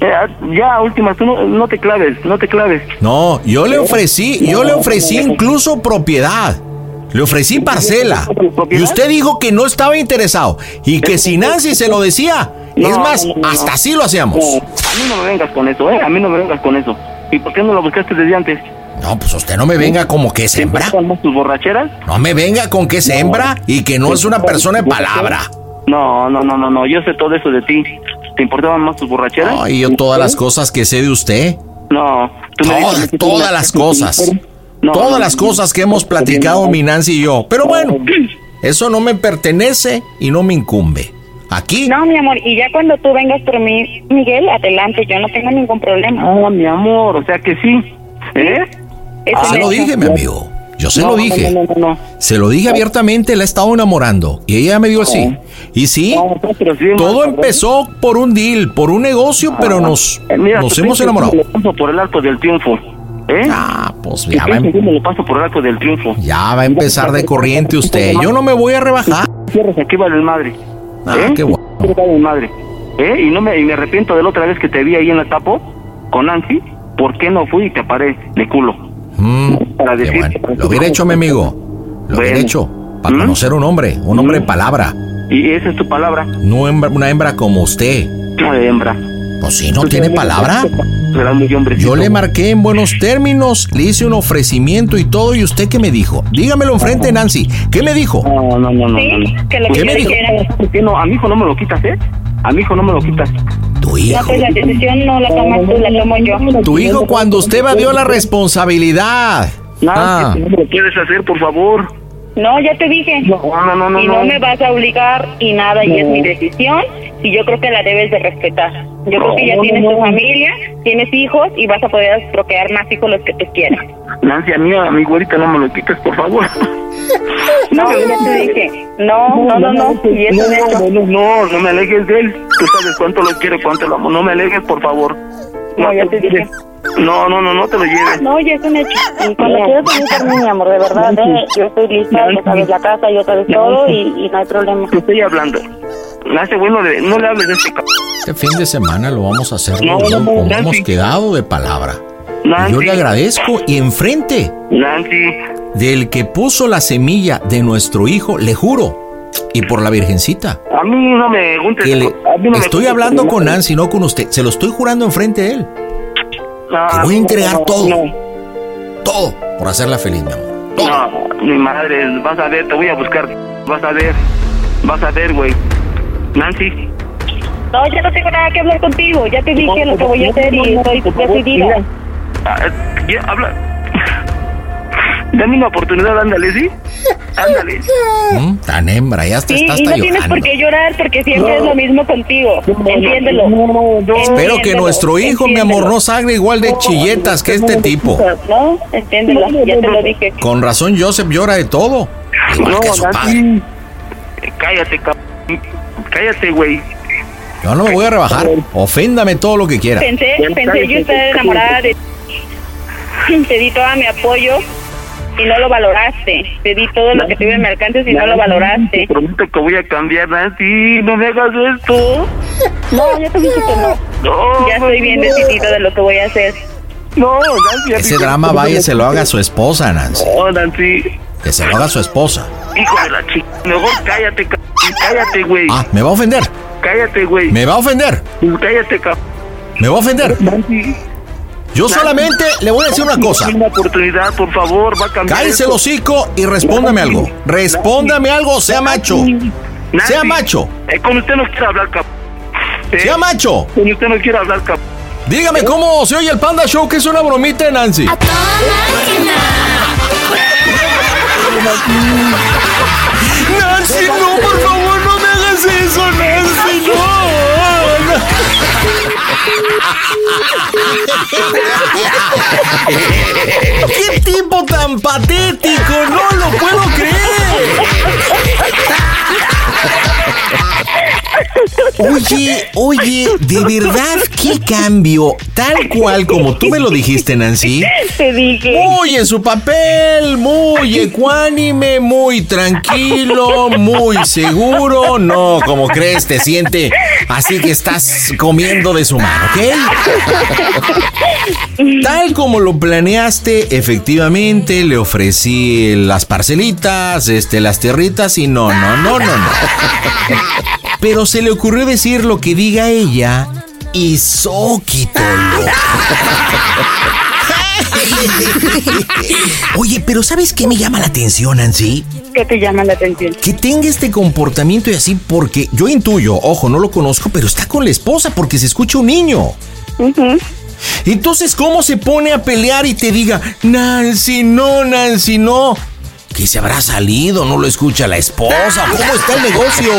S7: Eh, ya, últimas, tú no, no te claves, no te claves.
S2: No, yo le ofrecí, yo le ofrecí incluso propiedad. Le ofrecí parcela. Y usted dijo que no estaba interesado. Y que si Nancy se lo decía, es
S7: No,
S2: más,
S7: no, no.
S2: hasta así lo hacíamos. Pues
S7: No, a mí no me vengas con eso, ¿eh? A mí no me vengas con eso. ¿Y por qué no lo buscaste desde antes?
S2: No, pues usted no me venga como que sembra.
S7: ¿Con más tus borracheras?
S2: No me venga con que sembra y que no es una persona de palabra.
S7: No, no, no, no, no. Yo sé todo eso de ti. ¿Te importaban más tus borracheras?
S2: Ay, yo todas las cosas que sé de usted.
S7: No. tú me
S2: Todas,
S7: dices que tú
S2: todas
S7: me-
S2: las cosas.
S7: No, no,
S2: Todas las
S7: no. Pues
S2: cosas que hemos platicado mi Nancy y yo. Pero bueno,
S7: No.
S2: eso no me pertenece y no me incumbe. Aquí.
S3: No, mi amor, y ya cuando tú vengas por mí, Miguel, adelante, yo no tengo ningún problema.
S7: No, mi amor, o sea que sí. ¿Eh?
S3: Eso
S2: se
S3: es
S2: Ah, lo
S3: eso.
S2: dije, mi amigo. Yo se
S7: No,
S2: lo
S7: no,
S2: dije.
S7: No, no, no, no.
S2: Se lo dije abiertamente, la he estado enamorando. Y ella me dijo así. Y sí,
S7: No, pues, pero sí,
S2: todo
S7: más,
S2: empezó por un deal, por un negocio, pero nos,
S7: Eh, mira,
S2: nos
S7: tú
S2: hemos
S7: crees que
S2: enamorado.
S7: Me lo paso por el arco del triunfo. ¿Eh?
S2: Ah, pues
S7: ¿Tú
S2: ya va,
S7: crees que
S2: em-
S7: yo me lo paso por el arco del triunfo.
S2: ya va a empezar de corriente usted. Yo no me voy a rebajar.
S7: Cierras aquí vale el madre.
S2: Ah,
S7: ¿Eh?
S2: qué bueno.
S7: Aquí vale el madre. ¿Eh? Y no me, y me arrepiento de la otra vez que te vi ahí en la tapo con Nancy. ¿Por qué no fui y te paré de culo?
S2: Mm,
S7: Para
S2: qué
S7: decirte.
S2: bueno. Lo hubiera hecho, mi amigo. Lo hubiera
S7: Bueno.
S2: hecho. Para
S7: ¿Mm?
S2: conocer un hombre, un hombre de
S7: ¿Mm?
S2: palabra.
S7: Y esa es tu palabra,
S2: No hembra- una hembra como usted.
S7: no de hembra.
S2: Pues si no tiene palabra.
S7: Serás muy hombrecito.
S2: Yo le marqué en buenos términos, le hice un ofrecimiento y todo, y usted qué me dijo. Dígamelo enfrente, Nancy. ¿Qué me dijo?
S7: No, no, no, no.
S3: Sí,
S7: no, Pues no.
S3: que lo
S2: ¿Qué
S3: que
S2: me
S3: yo
S2: dijo?
S3: dijera.
S7: ¿Por qué no? A mi hijo no me lo quitas, ¿eh? A mi hijo no me lo quitas.
S2: Tu
S3: No,
S2: hijo.
S3: pues la decisión no la tomas tú, la tomo yo.
S2: Tu hijo cuando usted evadió la responsabilidad.
S7: No,
S2: Ah,
S7: no me lo quieres hacer, por favor.
S3: No, ya te dije.
S7: No, no, no, no.
S3: y no, me vas a obligar y nada, y es
S7: No.
S3: mi decisión y yo creo que la debes de respetar. Yo creo que ya
S7: No, no,
S3: tienes
S7: no.
S3: tu familia, tienes hijos y vas a poder procrear más hijos los que tú
S7: [laughs]
S3: quieras.
S7: Nancy, a mí, a mi güerita no me lo quites, por favor. [laughs]
S3: No, ya te dije, no, no, no, no, y eso es
S7: no,
S3: eso.
S7: no, no, no me alejes de él. Tú sabes cuánto lo quiero, cuánto lo amo. No me alejes, por favor.
S3: No, ya te dije.
S7: No, no, no, no te lo lleves.
S3: No, ya es un hecho. Y cuando
S7: No.
S3: quieras venir por mí, mi amor, de verdad, eh, yo estoy lista,
S7: Nancy.
S3: ya sabes la casa, yo sabes
S7: Nancy.
S3: todo y, y no hay problema.
S7: Te estoy hablando. Nancy, bueno, le- no le hables de este cabrón.
S2: este fin de semana lo vamos a hacer
S7: No,
S2: como
S7: no,
S2: como
S7: Nancy.
S2: hemos quedado de palabra. Y
S7: Nancy,
S2: Yo le agradezco y enfrente
S7: Nancy,
S2: del que puso la semilla de nuestro hijo, le juro, y por la Virgencita,
S7: a mí no me juntes.
S2: que le
S7: a mí no me
S2: estoy
S7: juntes
S2: hablando con
S7: nadie.
S2: Nancy, no con usted, se lo estoy jurando enfrente de él.
S7: No,
S2: Te voy a entregar
S7: Ah, no,
S2: todo.
S7: No,
S2: Todo por hacerla feliz, mi amor.
S7: no, mi madre, vas a ver, te voy a buscar. Vas a ver, vas a ver, güey. Nancy.
S3: No, ya no tengo nada que hablar contigo, ya te dije lo que voy a hacer y estoy decidida.
S7: Ah, eh, ya, habla. [laughs] Dame una oportunidad, ándale, ¿sí? Ándale.
S2: Mm, Tan hembra, ya hasta
S3: Sí,
S2: estás
S3: y no
S2: hasta
S3: tienes por
S2: llorando.
S3: qué llorar porque siempre es lo mismo contigo. Entiéndelo.
S2: Espero que
S3: Entiéndelo,
S2: nuestro hijo, mi amor, no
S3: entiéndelo.
S2: salga igual de chilletas que este tipo.
S3: No, entiéndelo, ya te lo dije.
S2: Con razón, Joseph llora de todo. Igual que su padre.
S7: Nancy. Cállate, cabrón. Cállate, güey.
S2: Yo no me voy a rebajar. Oféndame todo lo que quiera.
S3: Pensé,
S7: Ya no
S3: pensé
S7: sabes,
S3: yo
S7: ya
S3: estar
S7: sabes.
S3: enamorada de ti. [clears throat] Te di todo mi apoyo y no lo valoraste. Te di todo lo que tuve en mi alcance y no lo
S7: Te
S3: valoraste.
S7: prometo que voy a cambiar, Nancy. No me hagas esto.
S3: [laughs] No, ya te dije que no.
S7: No,
S3: Ya estoy bien decidido de lo que voy a hacer.
S7: No, Nancy. a
S2: Ese
S7: mí-
S2: drama vaya y se lo haga a su esposa, Nancy.
S7: No, Nancy.
S2: Que se lo haga a su esposa.
S7: Hijo de la chica. Mejor cállate, cabrón. Cállate, güey.
S2: Ah, me va a ofender.
S7: Cállate, güey.
S2: Me va a ofender.
S7: Cállate, cabrón.
S2: Me va a ofender.
S7: Nancy.
S2: Yo solamente le voy a decir una cosa.
S7: Una oportunidad, por favor, va a cambiar.
S2: Cállese el
S7: esto.
S2: hocico y respóndame algo. Respóndame algo, sea macho.
S7: Nancy,
S2: Sea macho.
S7: eh, con usted no quiero hablar, cabrón. Eh,
S2: Sea macho.
S7: Con usted no quiero hablar, cabrón. Eh.
S2: Dígame cómo se oye el Panda Show, que es una bromita de Nancy. Nancy, no, por favor, no me hagas eso, Nancy, no. ¡Qué tipo tan patético! ¡No lo puedo creer! Oye, oye, de verdad, qué cambio, tal cual como tú me lo dijiste, Nancy.
S3: Te dije.
S2: Muy en su papel, muy ecuánime, muy tranquilo, muy seguro. No, como crees, te siente así que estás comiendo de su
S3: [laughs]
S2: mano, ¿ok? Tal como lo planeaste, efectivamente le ofrecí las parcelitas, este, las tierritas y no, no, no, no, no. Pero se le ocurrió decir lo que diga ella y soquítolo. Oye, pero ¿sabes qué me llama la atención, Nancy?
S3: ¿Qué te llama la atención?
S2: Que tenga este comportamiento y así porque yo intuyo, ojo, no lo conozco, pero está con la esposa porque se escucha un niño.
S3: Ujú.
S2: Entonces, ¿cómo se pone a pelear y te diga, Nancy, no, Nancy, no? Que se habrá salido, no lo escucha la esposa. ¿Cómo está el negocio?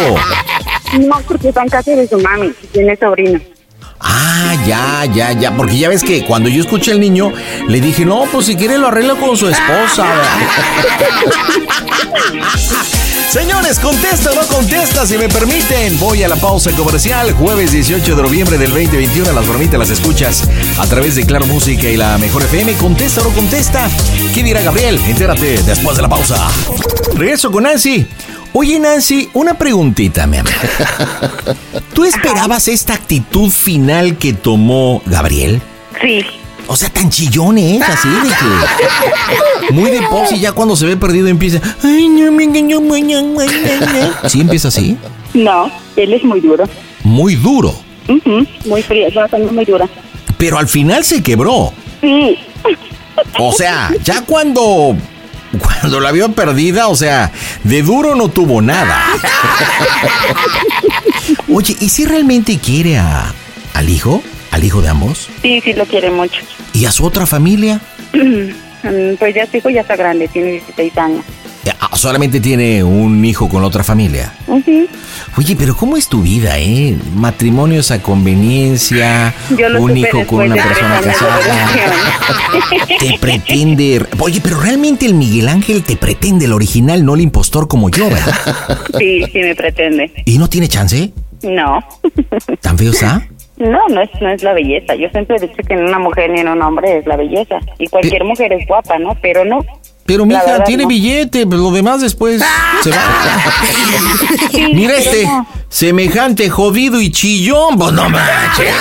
S3: No, porque está en casa de su mami, tiene sobrino.
S2: Ah, ya, ya, ya. Porque ya ves que cuando yo escuché al niño, le dije, no, pues si quiere lo arreglo con su esposa. [laughs] Señores, contesta o no contesta, si me permiten. Voy a la pausa comercial. Jueves 18 de noviembre del 2021. Las bromitas las escuchas a través de Claro Música y la Mejor FM. Contesta o no contesta. ¿Qué dirá Gabriel? Entérate después de la pausa. Regreso con Nancy. Oye, Nancy, una preguntita, mi amor. ¿Tú esperabas esta actitud final que tomó Gabriel?
S3: Sí.
S2: O sea, tan chillón, ¿eh? Así de que. Muy de pose y ya cuando se ve perdido empieza. Ay, no, me engañó, me engañó, me engañó". ¿Sí empieza así?
S3: No, él es muy duro.
S2: Muy duro.
S3: Ujú, muy fría, yo la tengo muy dura.
S2: Pero al final se quebró.
S3: Sí.
S2: O sea, ya cuando. Cuando la vio perdida, o sea, de duro no tuvo nada. Oye, ¿y si realmente quiere a, al hijo? ¿Al hijo de ambos?
S3: Sí, sí, lo quiere mucho. [clears throat]
S2: ¿Y a su otra familia?
S3: Mm, Pues ya su hijo ya está grande, tiene 16 años.
S2: Eh, ah, Solamente tiene un hijo con otra familia.
S3: Ujú.
S2: Oye, pero ¿cómo es tu vida, eh? Matrimonios a conveniencia,
S3: Yo lo
S2: un
S3: supe
S2: hijo con
S3: después
S2: una
S3: de
S2: persona
S3: tres años de
S2: casada.
S3: relación.
S2: Te pretende. Oye, pero realmente el Miguel Ángel te pretende el original, no el impostor como yo, ¿verdad?
S3: Sí, sí me pretende.
S2: ¿Y no tiene chance?
S3: No.
S2: ¿Tan feo está?
S3: No, no es, no es la belleza. Yo siempre he dicho que en una mujer ni en un hombre es la belleza. Y cualquier mujer es guapa, ¿no? Pero no.
S2: Pero
S3: La
S2: mija,
S3: verdad,
S2: tiene
S3: no.
S2: billete, pero lo demás después se va.
S3: [laughs] Sí,
S2: Mira
S3: pero
S2: este,
S3: no.
S2: semejante jodido y chillón, pues no manches.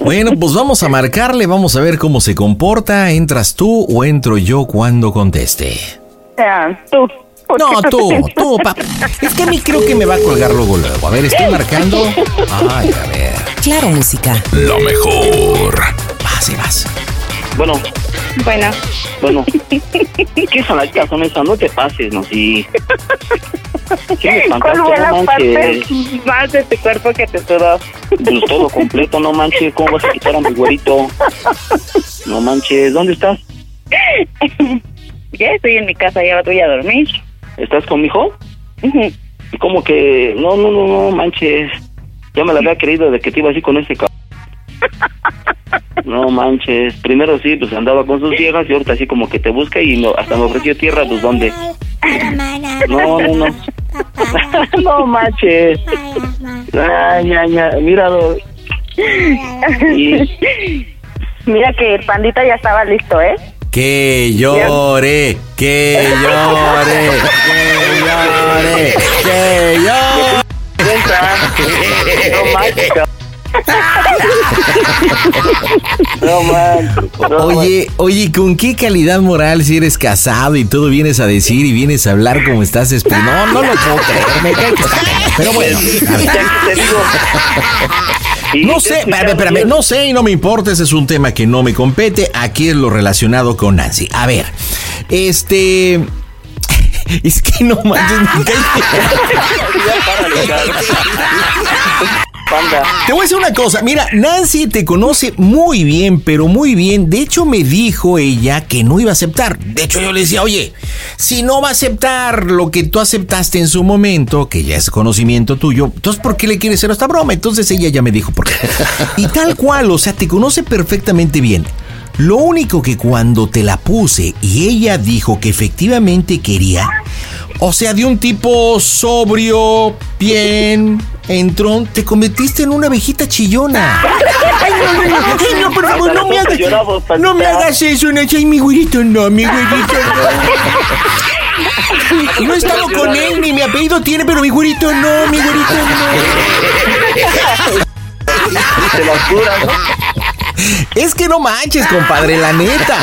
S2: Bueno, pues vamos a marcarle, vamos a ver cómo se comporta. ¿Entras tú o entro yo cuando conteste?
S3: O sea, tú. ¿Por
S2: No,
S3: qué te
S2: tú,
S3: sientes?
S2: tú, papá. Es que a mí creo que me va a colgar luego, luego. A ver, estoy marcando. Ay, a ver.
S5: Claro, música.
S6: La mejor.
S2: Vas y vas.
S7: Bueno,
S3: Bueno,
S7: bueno. ¿Qué salachas son esas? No te pases, no, sí. ¿Qué me
S3: ¿cuál
S7: espantaste?
S3: fue la
S7: No
S3: parte
S7: manches.
S3: más de tu cuerpo que te sudó?
S7: Pues todo completo, no manches. ¿Cómo vas a quitar a mi güerito? No manches. ¿Dónde estás?
S3: Ya estoy en mi casa, ya voy a dormir.
S7: ¿Estás con mi hijo?
S3: Ujú.
S7: Como que, no, no, no, no, manches. Ya me la había creído de que te iba así con ese cabrón.
S3: [laughs]
S7: No manches. Primero sí, pues andaba con sus viejas y ahorita así como que te busca y no, hasta me ofreció tierra, pues ¿dónde? No, no, no. [laughs] No manches. Ay, ya, ya, míralo. Y
S3: [laughs] Mira que el pandita ya estaba listo, ¿eh?
S2: Que llore, que llore, que llore, que llore.
S7: no manches. cabrón. No manches. no manches.
S2: Oye, oye, ¿con qué calidad moral si eres casado y todo vienes a decir y vienes a hablar como estás espe- No, no lo puedo creer, me cae que está cañón. Pero bueno, a ver.
S7: Ya que te digo. Y
S2: No
S7: te
S2: sé,
S7: he
S2: espérame,
S7: escuchado
S2: espérame,
S7: bien.
S2: no sé y no me importa, ese es un tema que no me compete, aquí es lo relacionado con Nancy. A ver, este... [laughs] Es que no manches, me cae-
S7: Panda.
S2: Te voy a decir una cosa, mira, Nancy te conoce muy bien, pero muy bien. De hecho, me dijo ella que no iba a aceptar. De hecho, yo le decía, oye, si no va a aceptar lo que tú aceptaste en su momento, que ya es conocimiento tuyo, entonces, ¿por qué le quieres hacer esta broma? Entonces ella ya me dijo por qué. Y tal cual, o sea, te conoce perfectamente bien. Lo único que cuando te la puse y ella dijo que efectivamente quería, o sea, de un tipo sobrio, bien, entrón, te convertiste en una abejita chillona. Ay, no, no, no, ay, no, por favor, no me hagas,
S7: Lloramos, Paquita.
S2: no me hagas eso, Nacho, ay, mi güerito, no, mi güerito, no. No he estado con él, ni mi apellido tiene, pero mi güerito no, mi güerito no.
S7: Te las curas, ¿no?
S2: Es que no manches, compadre, la neta.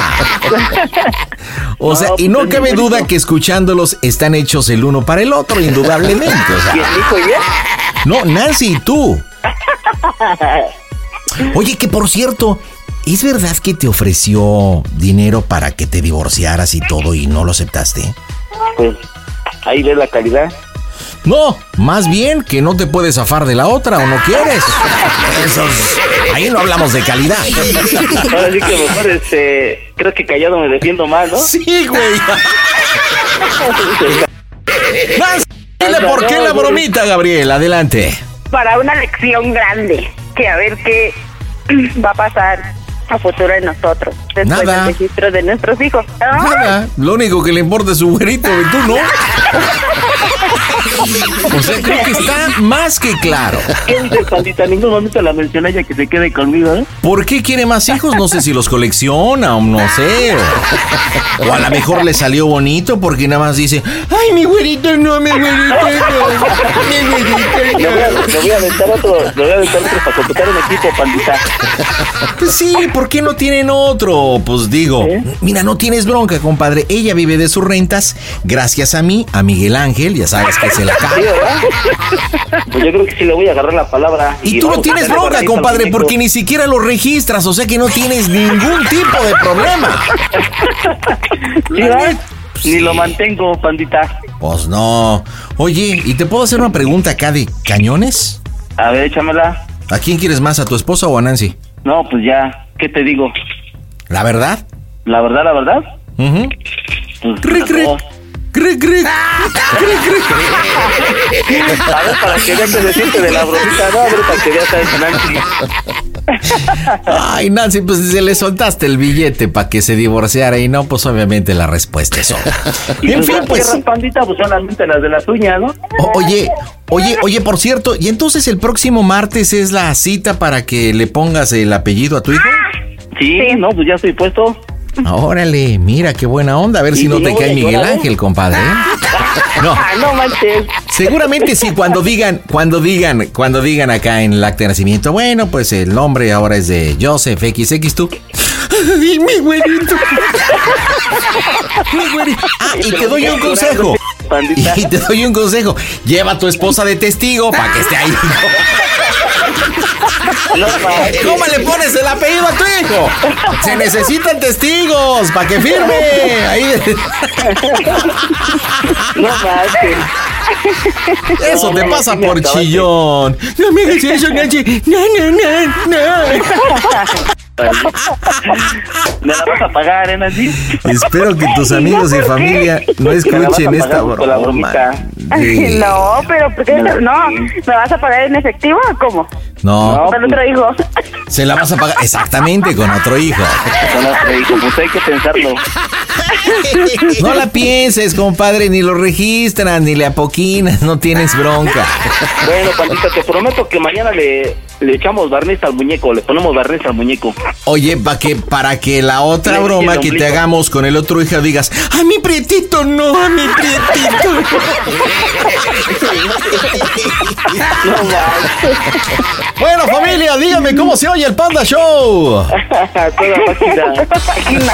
S2: O sea,
S7: No,
S2: y no
S7: pues,
S2: cabe
S7: mi
S2: duda
S7: güerito.
S2: que escuchándolos están hechos el uno para el otro, indudablemente. O sea,
S7: ¿Y el hijo ya?
S2: No, Nancy, ¿y
S7: [laughs]
S2: tú. Oye, que por cierto, ¿es verdad que te ofreció dinero para que te divorciaras y todo y no lo aceptaste?
S7: Pues ahí ves la calidad.
S2: No, más bien que no te puedes zafar de la otra o no quieres. Eso es- ahí no hablamos de calidad.
S7: Ahora sí que mejor, este, creo que callado me defiendo más, ¿no?
S2: Sí, güey. Más, dile por qué la bromita, Gabriel. Adelante.
S3: Para una lección grande, que a ver qué [clears throat] va a pasar a futuro de nosotros, después
S2: Nada.
S3: del registro de nuestros hijos. Ah,
S2: Nada. Lo único que le importa es su güerito, y tú no. O sea, creo que está más que claro.
S7: ¿Qué dices, pandita? En ningún momento la menciona ella que se quede conmigo, ¿eh?
S2: ¿Por qué quiere más hijos? No sé si los colecciona o no sé. O, o a lo mejor le salió bonito porque nada más dice, ay, mi güerito no, mi güerito no, mi güerito
S7: Le voy a, le voy a aventar otro, le voy a aventar otro para completar un equipo, pandita.
S2: Pues sí, ¿por qué no tienen otro? Pues digo, mira, no tienes bronca, compadre. Ella vive de sus rentas gracias a mí, a Miguel Ángel, ya sabes que se la
S7: Sí,
S2: cae.
S7: ¿verdad? Pues yo creo que sí le voy a agarrar la palabra.
S2: Y tú no
S7: vamos a
S2: tienes
S7: hacerle
S2: bronca,
S7: barrita al
S2: compadre,
S7: muñeco.
S2: porque ni siquiera lo registras, o sea que no tienes ningún tipo de problema.
S7: Sí, ¿verdad? Ni lo mantengo, pandita.
S2: Pues no. Oye, ¿y te puedo hacer una pregunta acá de cañones?
S7: A ver, échamela.
S2: ¿A quién quieres más, a tu esposa o a Nancy?
S7: No, pues ya, ¿qué te digo?
S2: ¿La verdad?
S7: La verdad, la verdad.
S2: Ujú.
S7: Pues,
S2: Cric, cric.
S7: no.
S2: Cric, cric. Cric, cric.
S7: A ver, para que veas que se siente de la bromita, no, a ver, para que veas a ese Nancy.
S2: Ay, Nancy, pues se le soltaste el billete para que se divorciara y no, pues obviamente la respuesta es obvia.
S7: Y
S2: En
S7: pues
S2: fin,
S7: las
S2: pues.
S7: tierras, pandita, pues solamente las de las uñas, ¿no?
S2: o- Oye, oye, oye, por cierto, ¿y entonces el próximo martes es la cita para que le pongas el apellido a tu hijo?
S7: Sí, no, pues ya estoy puesto.
S2: Órale, mira qué buena onda. A ver si
S7: Y
S2: no te
S7: luego
S2: cae
S7: le
S2: Miguel
S7: lloraré.
S2: Ángel, compadre.
S7: [laughs]
S2: ¿eh? No,
S3: Ah, no manches.
S2: Seguramente sí,
S7: [laughs]
S2: cuando digan, cuando digan, cuando digan acá en el acta de nacimiento, bueno, pues el nombre ahora es de Joseph XX, tú. ¡Ay, mi güerito! ¡Mi güerito! Ah, y te doy un consejo.
S7: Pandita.
S2: [laughs] Y te doy un consejo. Lleva a tu esposa de testigo para que esté ahí.
S7: No, manches.
S2: [laughs] ¿Cómo le pones el apellido a tu hijo? Se necesitan testigos para que firme.
S7: [laughs]
S2: Ahí.
S7: No manches.
S2: Eso
S7: No,
S2: te
S7: no,
S2: pasa
S7: sí me
S2: por
S7: acabaste.
S2: chillón. No me hagas eso, Nancy. No, no, no, no.
S7: Me la vas a pagar, ¿eh, Nancy?
S2: Espero que
S7: [laughs]
S2: tus amigos y familia no escuchen
S7: Me la vas a
S2: esta
S7: pagar con la
S2: broma.
S7: bromita.
S2: Sí.
S3: No, pero ¿por qué no? no? ¿Me vas a pagar en efectivo o cómo?
S2: No,
S7: No,
S3: Para otro hijo.
S2: se la vas a pagar exactamente con otro
S7: [laughs]
S2: hijo.
S7: No, no, te digo, pues hay que pensarlo.
S2: No la pienses, compadre, ni lo registran, ni le apoquinas, no tienes bronca.
S7: Bueno, pandita, te prometo que mañana le, le echamos barniz al muñeco, le ponemos barniz al muñeco.
S2: Oye, para que, para que la otra
S7: Le-
S2: broma
S7: el
S2: que te
S7: ombligo.
S2: hagamos con el otro hijo digas, a mi prietito, no, a mi prietito.
S7: No manches.
S2: Bueno, familia, dígame cómo se oye el Panda Show.
S7: Toda máquina.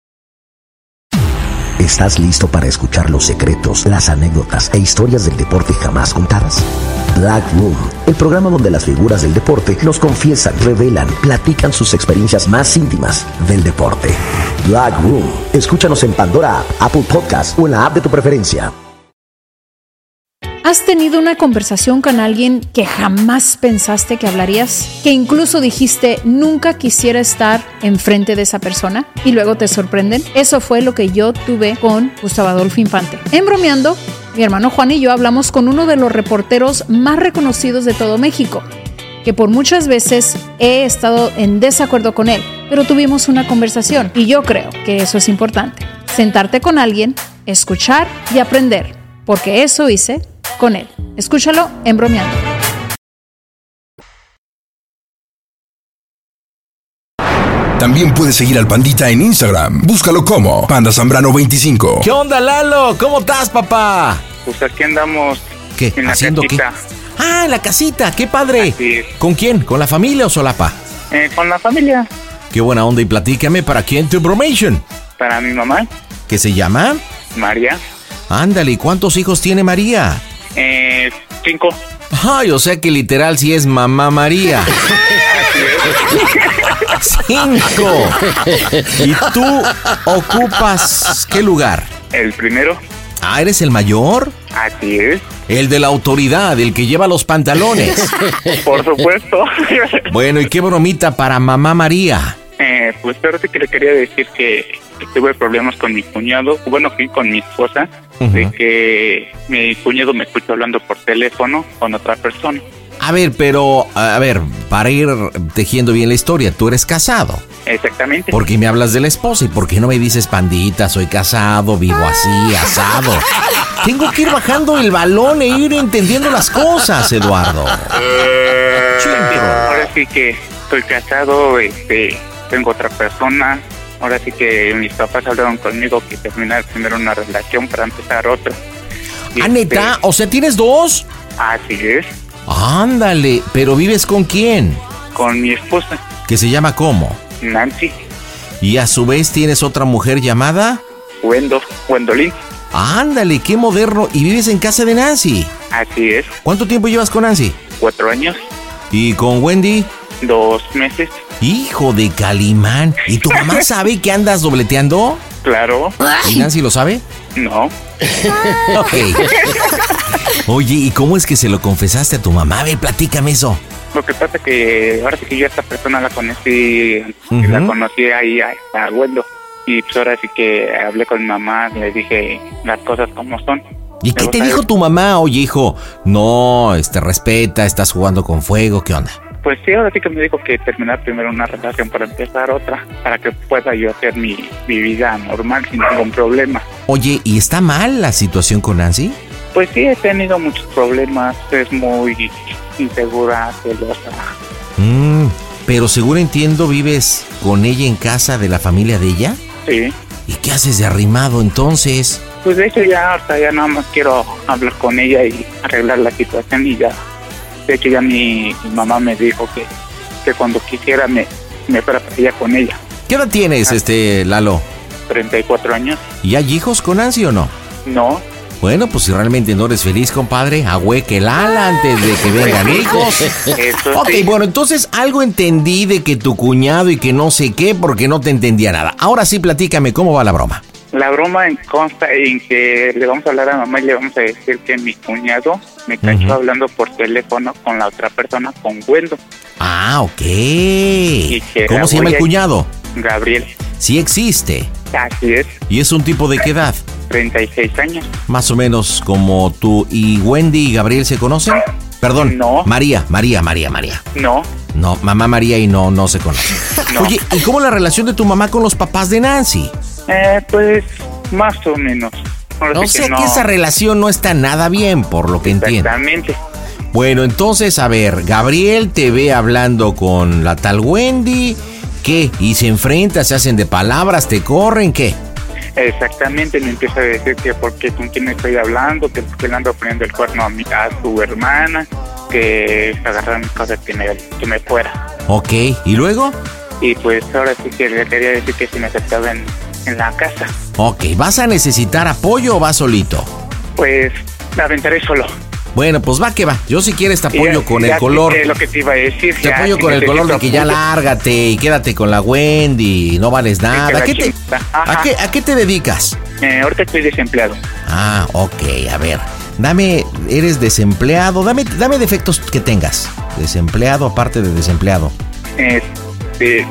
S8: ¿Estás listo para escuchar los secretos, las anécdotas e historias del deporte jamás contadas? Black Room, el programa donde las figuras del deporte nos confiesan, revelan, platican sus experiencias más íntimas del deporte. Black Room, escúchanos en Pandora, App, Apple Podcast o en la app de tu preferencia.
S9: ¿Has tenido una conversación con alguien que jamás pensaste que hablarías? ¿Que incluso dijiste nunca quisiera estar enfrente de esa persona? ¿Y luego te sorprenden? Eso fue lo que yo tuve con Gustavo Adolfo Infante. En bromeando, mi hermano Juan y yo hablamos con uno de los reporteros más reconocidos de todo México. que por muchas veces he estado en desacuerdo con él, pero tuvimos una conversación y yo creo que eso es importante. Sentarte con alguien, escuchar y aprender, porque eso hice con él. Escúchalo en bromeando.
S1: También puedes seguir al Pandita en Instagram. Búscalo como Panda Zambrano 25.
S2: ¿Qué onda, Lalo? ¿Cómo estás, papá?
S10: Pues aquí andamos.
S2: ¿Qué?
S10: En la
S2: ¿Haciendo qué?
S10: casita.
S2: Ah, en la casita, qué padre. ¿Con quién? ¿Con la familia o solapa?
S10: Eh, con la familia.
S2: Qué buena onda y platícame para quién tu bromation.
S10: Para mi mamá,
S2: ¿Qué se llama?
S10: María.
S2: Ándale, ¿y ¿cuántos hijos tiene María?
S10: Eh,
S7: [laughs]
S10: cinco.
S2: Ay, o sea que literal sí es mamá
S10: [laughs]
S2: María. Cinco. ¿Y tú ocupas qué lugar?
S10: El primero.
S2: Ah, ¿eres el mayor?
S10: Así es.
S2: El de la autoridad, el que lleva los pantalones.
S10: Por supuesto.
S2: Bueno, ¿y qué bromita para mamá María?
S10: Eh, pues fíjate que le quería decir que, que tuve problemas con mi cuñado, bueno, que con mi esposa,
S2: Ujú.
S10: de que mi cuñado me escucha hablando por teléfono con otra persona.
S2: A ver, pero, a ver, para ir tejiendo bien la historia, tú eres casado.
S10: Exactamente.
S2: ¿Por qué me hablas de la esposa? ¿Y por qué no me dices, pandita, soy casado, vivo así, asado? Tengo que ir bajando el balón e ir entendiendo las cosas, Eduardo. Eh,
S10: Ahora sí que estoy casado, este, tengo otra persona. Ahora sí que mis papás hablaron conmigo que terminar primero una relación para empezar otra. Y,
S2: Ah, neta, o sea, ¿tienes dos?
S10: Así es,
S2: Ándale, pero ¿vives con quién?
S10: con mi esposa,
S2: ¿Que se llama cómo?
S10: Nancy
S2: Y a su vez tienes otra mujer llamada...
S10: Wendo, Wendolín.
S2: Ándale, qué moderno. Y vives en casa de Nancy.
S10: Así es,
S2: ¿Cuánto tiempo llevas con Nancy?
S10: cuatro años,
S2: ¿Y con Wendy?
S10: dos meses,
S2: Hijo de Calimán. ¿Y tu
S10: [laughs]
S2: mamá sabe que andas dobleteando?
S10: claro.
S2: ¿Y Nancy lo sabe?
S10: No.
S2: [laughs] Ok. Oye, ¿y cómo es que se lo confesaste a tu mamá? A ver, platícame eso.
S10: Lo que pasa que ahora sí que yo a esta persona la conocí,
S2: Ujú.
S10: la conocí ahí a, a Wendo. Y pues ahora sí que hablé con mi mamá, le dije las cosas como son.
S2: ¿Y qué te dijo tu mamá? Oye, hijo, no, este, respeta, estás jugando con fuego, ¿qué onda?
S10: Pues sí, ahora sí que me dijo que terminar primero una relación para empezar otra, para que pueda yo hacer mi, mi vida normal sin ningún problema.
S2: Oye, ¿y está mal la situación con Nancy?
S10: Pues sí, he tenido muchos problemas, es muy insegura, celosa.
S2: Mm, pero seguro entiendo, vives con ella en casa de la familia de ella.
S10: Sí,
S2: ¿Y qué haces de arrimado entonces?
S10: pues de hecho ya ahorita ya nada más quiero hablar con ella y arreglar la situación y ya. De hecho ya mi, mi mamá me dijo que, que cuando quisiera me, me fuera para allá con ella.
S2: ¿Qué edad tienes, este, Lalo?
S10: 34 años,
S2: ¿Y hay hijos con Nancy o no?
S10: no,
S2: Bueno, pues si realmente no eres feliz, compadre, ahueque el ala antes de que
S10: [laughs]
S2: vengan hijos.
S10: Eso
S2: ok,
S10: sí.
S2: bueno, entonces algo entendí de que tu cuñado y que no sé qué, porque no te entendía nada. Ahora sí, platícame, ¿cómo va la broma?
S10: La broma en- consta en que le vamos a hablar a mamá y le vamos a decir que mi cuñado me cachó
S2: Ujú.
S10: hablando por teléfono con la otra persona, con Wendo,
S2: Ah, ok.
S10: que la
S2: ¿Cómo se llama
S10: voy
S2: el
S10: a-
S2: cuñado?
S10: Gabriel.
S2: Sí existe.
S10: Así es,
S2: ¿Y es un tipo de qué edad?
S10: 36 años.
S2: Más o menos como tú y Wendy y Gabriel se conocen. Perdón. No. María, María, María, María.
S10: No,
S2: No, mamá María y no, no se conocen. Oye, ¿y cómo la relación de tu mamá con los papás de Nancy?
S10: eh, pues más o menos. Ahora
S2: O
S10: sí
S2: sea que esa relación no está nada bien, por lo que entiendo.
S10: Exactamente.
S2: Bueno, entonces, a ver, Gabriel te ve hablando con la tal Wendy. ¿Qué? ¿Y se enfrenta? ¿Se hacen de palabras? ¿Te corren? ¿Qué?
S10: Exactamente, me empieza a decir que porque con quién estoy hablando, que por qué le ando poniendo el cuerno a, mi, a su hermana, que agarrar mis cosas que me, que me fuera.
S2: Ok, ¿y luego?
S10: y pues ahora sí que le quería decir que si me aceptaba en, en la casa,
S2: Ok, ¿vas a necesitar apoyo o vas solito?
S10: pues la aventaré solo.
S2: Bueno, pues va que va. Yo si quieres te apoyo
S10: Y ya-
S2: con
S10: ya
S2: el color.
S10: Es lo que te iba a decir.
S2: Te
S10: ya,
S2: apoyo
S10: si
S2: con el color de
S10: necesito
S2: que ya
S10: apoyo.
S2: lárgate y quédate con la Wendy, no vales
S10: que
S2: nada. ¿A
S10: la
S2: qué, te,
S10: chingada.
S2: a
S10: Ajá.
S2: qué- a qué te dedicas?
S10: Eh, ahorita estoy desempleado.
S2: Ah, ok, a ver. Dame, eres desempleado, dame, dame defectos que tengas. Desempleado, aparte de desempleado.
S10: Este,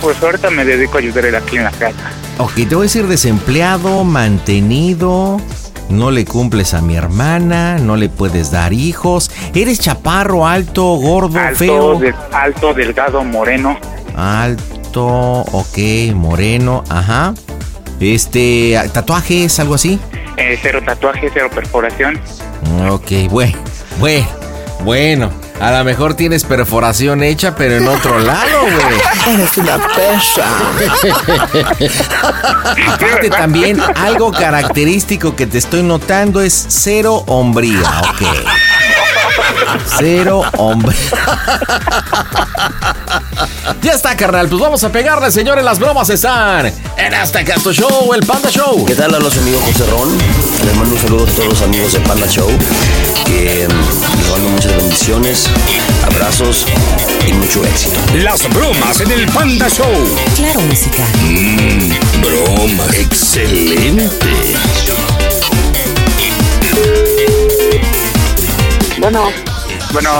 S10: pues ahorita me dedico a ayudar aquí en la casa.
S2: Ok, te voy a decir desempleado, mantenido, no le cumples a mi hermana, no le puedes dar hijos, eres chaparro, alto, gordo,
S10: Alto,
S2: feo.
S10: del- alto, delgado, moreno.
S2: Alto, ok, moreno, ajá. Este, tatuajes, algo así.
S10: eh, cero tatuaje, cero perforación.
S2: Ok, bueno, bueno, bueno. A lo mejor tienes perforación hecha, pero en [laughs] otro lado, güey. Eres una [laughs] perra. Aparte también, algo característico que te estoy notando es cero hombría, ok. Cero hombre. [laughs] Ya está, carnal. Pues vamos a pegarle, señores. Las bromas están en Hasta Casto Show, el Panda Show.
S7: ¿Qué tal a los amigos José Ron? Les mando un saludo a todos los amigos de Panda Show, que mm, les mando muchas bendiciones, abrazos y mucho éxito.
S6: Las bromas en el Panda Show.
S7: Claro, música.
S6: Mmm, broma. Excelente.
S11: Bueno,
S10: Bueno,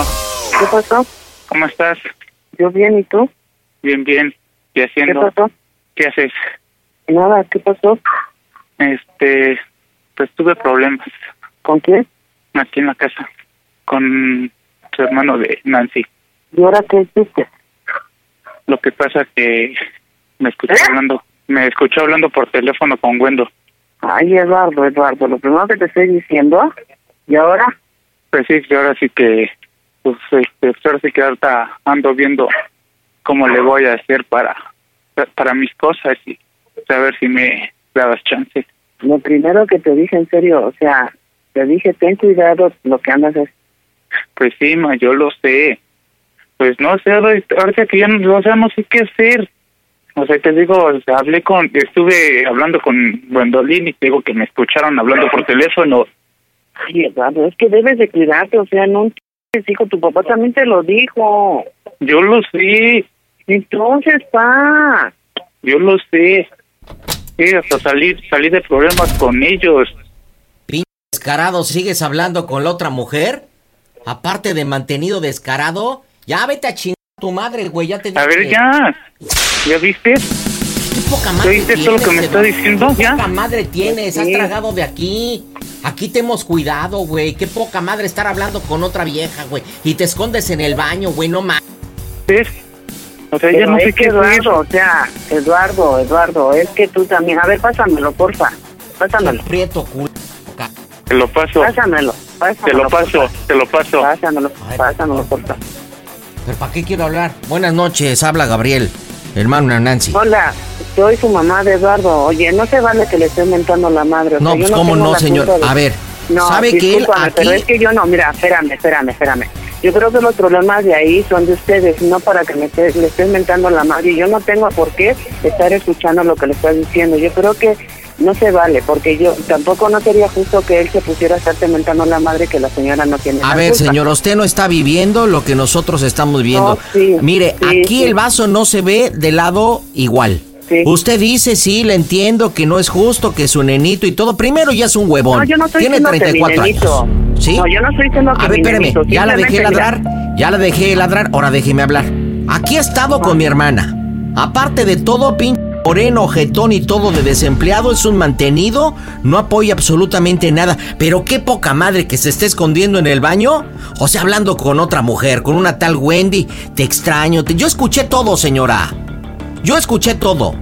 S11: ¿qué pasó?
S10: ¿cómo estás?
S11: Yo bien, ¿y tú?
S10: Bien, bien. ¿Qué
S11: ¿Qué
S10: haciendo?
S11: pasó?
S10: ¿Qué haces?
S11: Nada, ¿qué pasó?
S10: Este, pues tuve problemas
S11: ¿Con quién?
S10: aquí en la casa con su hermano de Nancy.
S11: ¿Y ahora qué hiciste?
S10: Lo que pasa que me escuchó hablando, me escuchó hablando por teléfono con Wendo.
S11: Ay, Eduardo, Eduardo, lo primero que te estoy diciendo, ¿y ahora?
S10: Pues sí, yo ahora sí que, pues, este, pues ahora sí que ahorita ando viendo cómo le voy a hacer para, para mis cosas y saber si me dabas chance.
S11: Lo primero que te dije, en serio, o sea, te dije, ten cuidado lo que andas haciendo.
S10: Pues sí, ma, yo lo sé. Pues no sé, ahora- ahorita que ya no, o sea, no sé qué hacer. O sea, te digo, o sea, hablé con, estuve hablando con Gwendolyn y te digo que me escucharon hablando por teléfono.
S11: Ay, Eduardo, es que debes de cuidarte, o sea, no entiendes, hijo, tu papá también te lo dijo.
S10: Yo lo sé,
S11: Entonces, pa,
S10: yo lo sé. Sí, hasta salí, salí de problemas con ellos.
S12: Descarado, ¿sigues hablando con la otra mujer? Aparte de mantenido descarado, ya vete a chingar a tu madre, güey, ya te dije.
S10: A ver, ya. ¿Ya viste?
S12: poca
S10: ¿Ya
S12: madre
S10: viste todo lo que me
S12: tienes,
S10: está
S12: Eduardo?
S10: diciendo?
S12: ¿Qué
S10: ¿Ya?
S12: poca madre tienes? Has
S10: Sí.
S12: tragado de aquí. Aquí te hemos cuidado, güey. Qué poca madre estar hablando con otra vieja, güey. Y te escondes en el baño, güey, no más.
S10: O sea,
S11: pero es que Eduardo, o sea, Eduardo, Eduardo, es que tú también, a ver, pásamelo, porfa, pásamelo.
S12: Prieto, culo.
S10: Te lo paso.
S11: Pásamelo, pásamelo.
S10: Te lo paso, te lo paso.
S11: Pásamelo, pásamelo, porfa.
S12: ¿Pero para qué quiero hablar? Buenas noches, habla Gabriel, hermano de Nancy.
S11: Hola, soy su mamá de Eduardo. Oye, no se vale que le esté mentando la madre. o
S12: No,
S11: sea, yo
S12: pues cómo
S11: tengo
S12: no,
S11: la
S12: señor.
S11: culpa de-
S12: A ver,
S11: No,
S12: ¿sabe que él
S11: discúlpame, pero
S12: aquí-
S11: es que yo no, mira, espérame, espérame, espérame. Yo creo que los problemas de ahí son de ustedes, no para que me esté- le estés mentando la madre. Yo no tengo por qué estar escuchando lo que le estás diciendo. Yo creo que no se vale, porque yo tampoco no sería justo que él se pusiera a estarte mentando la madre que la señora no tiene
S12: A
S11: la
S12: ver,
S11: culpa.
S12: señor, usted no está viviendo lo que nosotros estamos viviendo.
S11: No, sí,
S12: Mire,
S11: sí,
S12: aquí
S11: sí.
S12: el vaso no se ve de lado igual. Usted dice, sí, le entiendo que no es justo, que su nenito y todo. Primero ya es un huevón.
S11: No, yo no estoy
S12: Tiene
S11: diciendo que mi
S12: 34
S11: nenito.
S12: años. ¿Sí?
S11: No, yo no estoy diciendo que
S12: A ver,
S11: mi
S12: espéreme,
S11: nenito,
S12: ya la dejé
S11: simplemente,
S12: ladrar, ya la dejé ladrar, ahora déjeme hablar. Aquí he estado con mi
S11: Ah.
S12: hermana. Aparte de todo, pinche moreno, jetón y todo de desempleado, es un mantenido, no apoya absolutamente nada. Pero qué poca madre que se esté escondiendo en el baño, o sea, hablando con otra mujer, con una tal Wendy, te extraño, te... yo escuché todo, señora. Yo escuché todo.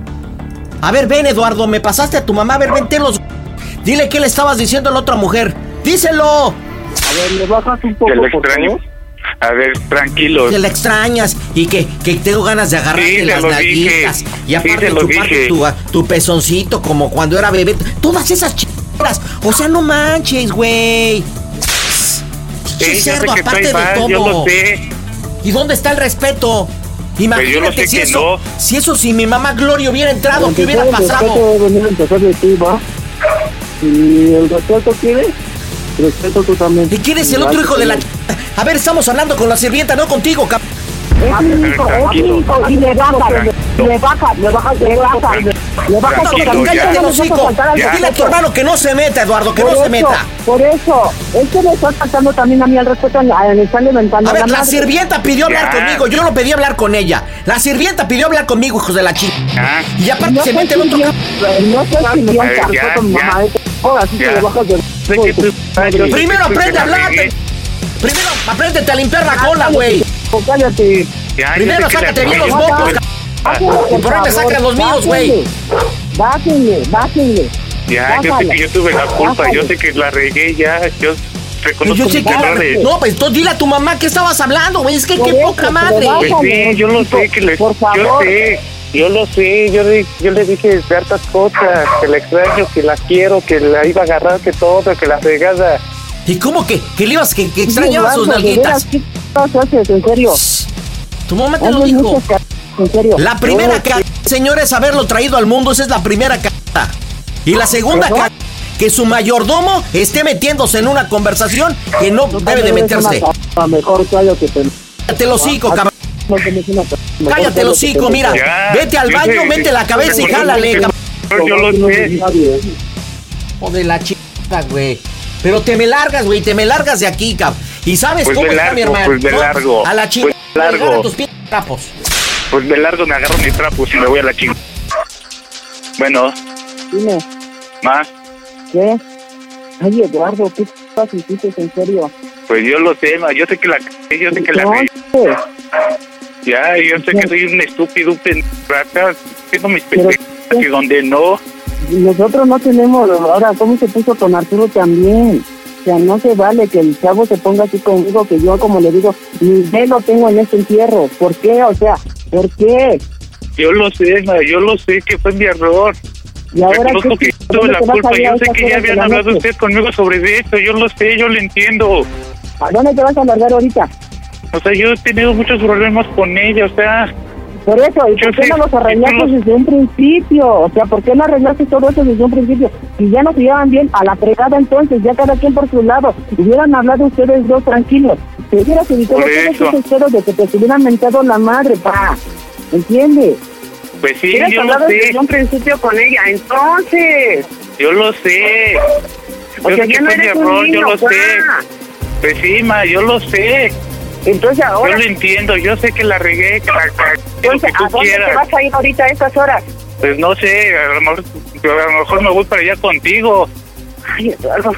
S12: A ver, ven, Eduardo, me pasaste a tu mamá, a ver, vente los... Dile qué le estabas diciendo a la otra mujer. ¡Díselo!
S11: A ver, le bajas un
S10: Te lo extraño. A ver, tranquilos.
S12: Que la extrañas y que, que tengo ganas de agarrarte
S10: Sí, te
S12: las
S10: lo
S12: nalguitas
S10: dije.
S12: y
S10: Sí,
S12: aparte
S10: te lo
S12: chuparte
S10: dije.
S12: tu, tu pezoncito como cuando era bebé. Todas esas chicas. O sea, no manches, güey.
S10: Sí,
S12: Pinche
S10: ya sé
S12: cerdo,
S10: que estoy
S12: aparte de
S10: mal,
S12: todo.
S10: yo lo sé.
S12: ¿Y dónde está el respeto?
S10: Pero yo lo
S12: Imagínate
S10: sé
S12: si
S10: que
S12: eso, si eso, si mi mamá Gloria hubiera entrado, ¿qué hubiera
S11: Empezar el
S12: pasado?
S11: respeto debe venir a empezar de ti, ¿va? Y el respeto quieres, respeto tú también.
S12: ¿Y quién es el otro hijo de la ch... A ver, estamos hablando con la sirvienta, no contigo, cabrón.
S11: Es mi hijo, es mi hijo, y le bajas, le bajas, le bajas, le bajas, le bajas. porque
S12: Tranquilo,
S11: también
S12: cállate el
S11: tenemos que
S12: hocico.
S11: faltar al
S12: Dile a tu
S11: respeto.
S12: hermano que no se meta, Eduardo, que
S11: Por
S12: no se
S11: eso,
S12: meta.
S11: Por eso, es que me está faltando también a mí al respeto, al estar levantando
S12: A ver, la
S11: madre.
S12: sirvienta pidió hablar conmigo, yo no pedí hablar con ella. La sirvienta pidió hablar conmigo, hijos de la chica. Y aparte
S11: No
S12: se
S11: soy
S12: mete el otro.
S11: sirvienta, No soy
S12: A ver,
S11: sirvienta,
S12: ya,
S11: respeto a mi
S12: ya.
S11: mamá. Ahora sí que
S12: Ya.
S11: le bajas de...
S10: Sé que tú- Ay, yo sé que
S12: Primero
S10: tú te
S12: aprende a
S10: la
S12: hablar.
S10: regué.
S12: te- Primero, apréndete a limpiar la cola, güey.
S11: Ah, Cállate.
S10: Ya, yo
S12: Primero,
S10: sé que
S12: sácate
S10: la
S12: bien los
S10: regué.
S12: mocos,
S10: Ah,
S12: cabrón. Y por ahí me sacas los míos, güey.
S11: Bájenle, bájenle.
S10: Ya, yo sé que yo tuve la culpa, yo sé que la regué, ya, yo reconozco
S12: Yo
S10: mis
S12: sé que
S10: errores.
S12: No, pues tú dile a tu mamá que estabas hablando, güey. Es que qué poca madre.
S10: Pues sí, yo lo sé que le, yo sé, yo lo sé, yo le, yo le dije ciertas cosas, que la extraño, que la quiero, que la iba a agarrar, que todo, que la regada.
S12: ¿Y cómo que, que le ibas, que, que
S11: extrañaba
S12: extrañaba sus nalguitas?
S11: ¿Qué cosas haces, en serio?
S12: Tu mamá te
S11: Haces
S12: lo dijo.
S11: muchas cagadas, En serio.
S12: La primera
S11: No,
S12: cagada, señores, haberlo traído al mundo, esa es la primera cagada. Y la segunda cagada, que su mayordomo esté metiéndose en una conversación que no debe de
S11: eres
S12: meterse.
S11: una cagada, Mejor cállate. te-
S12: Cállate el hocico,
S11: Ah,
S12: cabrón.
S11: no te metes una cagada, mejor
S12: Cállate el hocico,
S11: te-
S12: mira.
S11: Ya,
S12: Vete al
S11: yo
S12: baño,
S11: sé,
S12: mete la cabeza y
S11: yo sé,
S12: jálale,
S11: yo sé.
S12: cabrón.
S11: Yo lo sé.
S12: Hijo de la chica, güey. Pero te me largas, güey, te me largas de aquí, cabrón. ¿Y sabes
S10: Pues
S12: cómo
S10: me
S12: está mi
S10: largo,
S12: hermano?
S10: pues me
S12: ¿no?
S10: largo,
S12: A la chica.
S10: pues me largo.
S12: agarra tus pinches trapos.
S10: Pues de largo me agarro mis trapos y me voy a la chingada. Bueno,
S11: Dime,
S10: más,
S11: ¿qué? Ay, Eduardo, ¿qué cosas hiciste, en serio?
S10: pues yo lo sé, ma, yo sé que la cagué, yo sé que la
S11: No,
S10: regué.
S11: ¿qué?
S10: Ya, yo sé que soy un estúpido, un pendejo, acá tengo mis pendejos que donde no,
S11: Nosotros no tenemos, ahora, ¿cómo se puso con Arturo también? O sea, no se vale que el chavo se ponga así conmigo, que yo, como le digo, ni velo tengo en este entierro. ¿Por qué? O sea, ¿por qué?
S10: yo lo sé, ma, yo lo sé que fue mi error.
S11: Y ahora,
S10: Reconozco
S11: ¿qué?
S10: que tuve
S11: ¿Dónde
S10: la
S11: te vas a
S10: culpa,
S11: ir a
S10: yo sé
S11: estas
S10: que ya
S11: horas de
S10: habían
S11: la
S10: hablado
S11: noche?
S10: ustedes conmigo sobre esto, yo lo sé, yo lo entiendo.
S11: ¿A dónde te vas a largar ahorita?
S10: O sea, yo he tenido muchos problemas con ella, o sea,
S11: Por eso, ¿y
S10: Yo
S11: por qué
S10: sé,
S11: no los
S10: yo
S11: arreglaste
S10: no-
S11: desde un principio? O sea, ¿por qué no arreglaste todo eso desde un principio? Si ya no se llevan bien, a la fregada entonces, ya cada quien por su lado. Hubieran hablado ustedes dos tranquilos. Te hubieras evitado
S10: Por
S11: todos
S10: eso.
S11: esos ceros de que te hubieran mentado la madre, pa. ¿Entiendes?
S10: pues sí,
S11: Hubieras
S10: yo lo
S11: hablado
S10: sé,
S11: desde un principio con ella, entonces.
S10: yo lo sé.
S11: O
S10: Yo
S11: sea,
S10: sé
S11: ya
S10: que
S11: no
S10: fue mi
S11: eres un
S10: error, yo
S11: niño,
S10: lo
S11: pa.
S10: sé. Pues sí, ma, yo lo sé.
S11: Entonces ahora-
S10: Yo lo entiendo, yo sé que la regué, que la cagué, lo que
S11: Entonces, ¿a
S10: tú
S11: dónde te
S10: quieras.
S11: vas a ir ahorita a estas horas?
S10: Pues no sé, a lo mejor, a lo mejor me voy para allá contigo.
S11: Ay, Eduardo.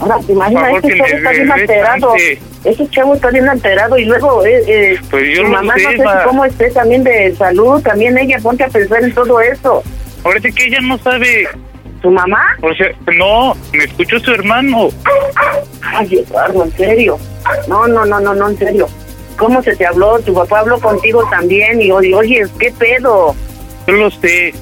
S11: Ahora, ¿te
S10: Por
S11: imaginas?
S10: favor,
S11: este
S10: que
S11: chavo
S10: le
S11: está bien
S10: dé
S11: alterado.
S10: chance.
S11: Ese chavo está bien alterado y luego eh, eh,
S10: Pues yo
S11: su
S10: lo
S11: mamá
S10: sé,
S11: no sé
S10: ma.
S11: si cómo esté también de salud, también ella, ponte a pensar en todo eso.
S10: Ahora sí que ella no sabe.
S11: ¿Tu mamá?
S10: O sea, no, me escuchó su hermano.
S11: Ay, Eduardo, en serio. No, no, no, no, no, en serio. ¿Cómo se te habló? Tu papá habló contigo también y oye, oye, ¿qué pedo?
S10: Yo lo sé.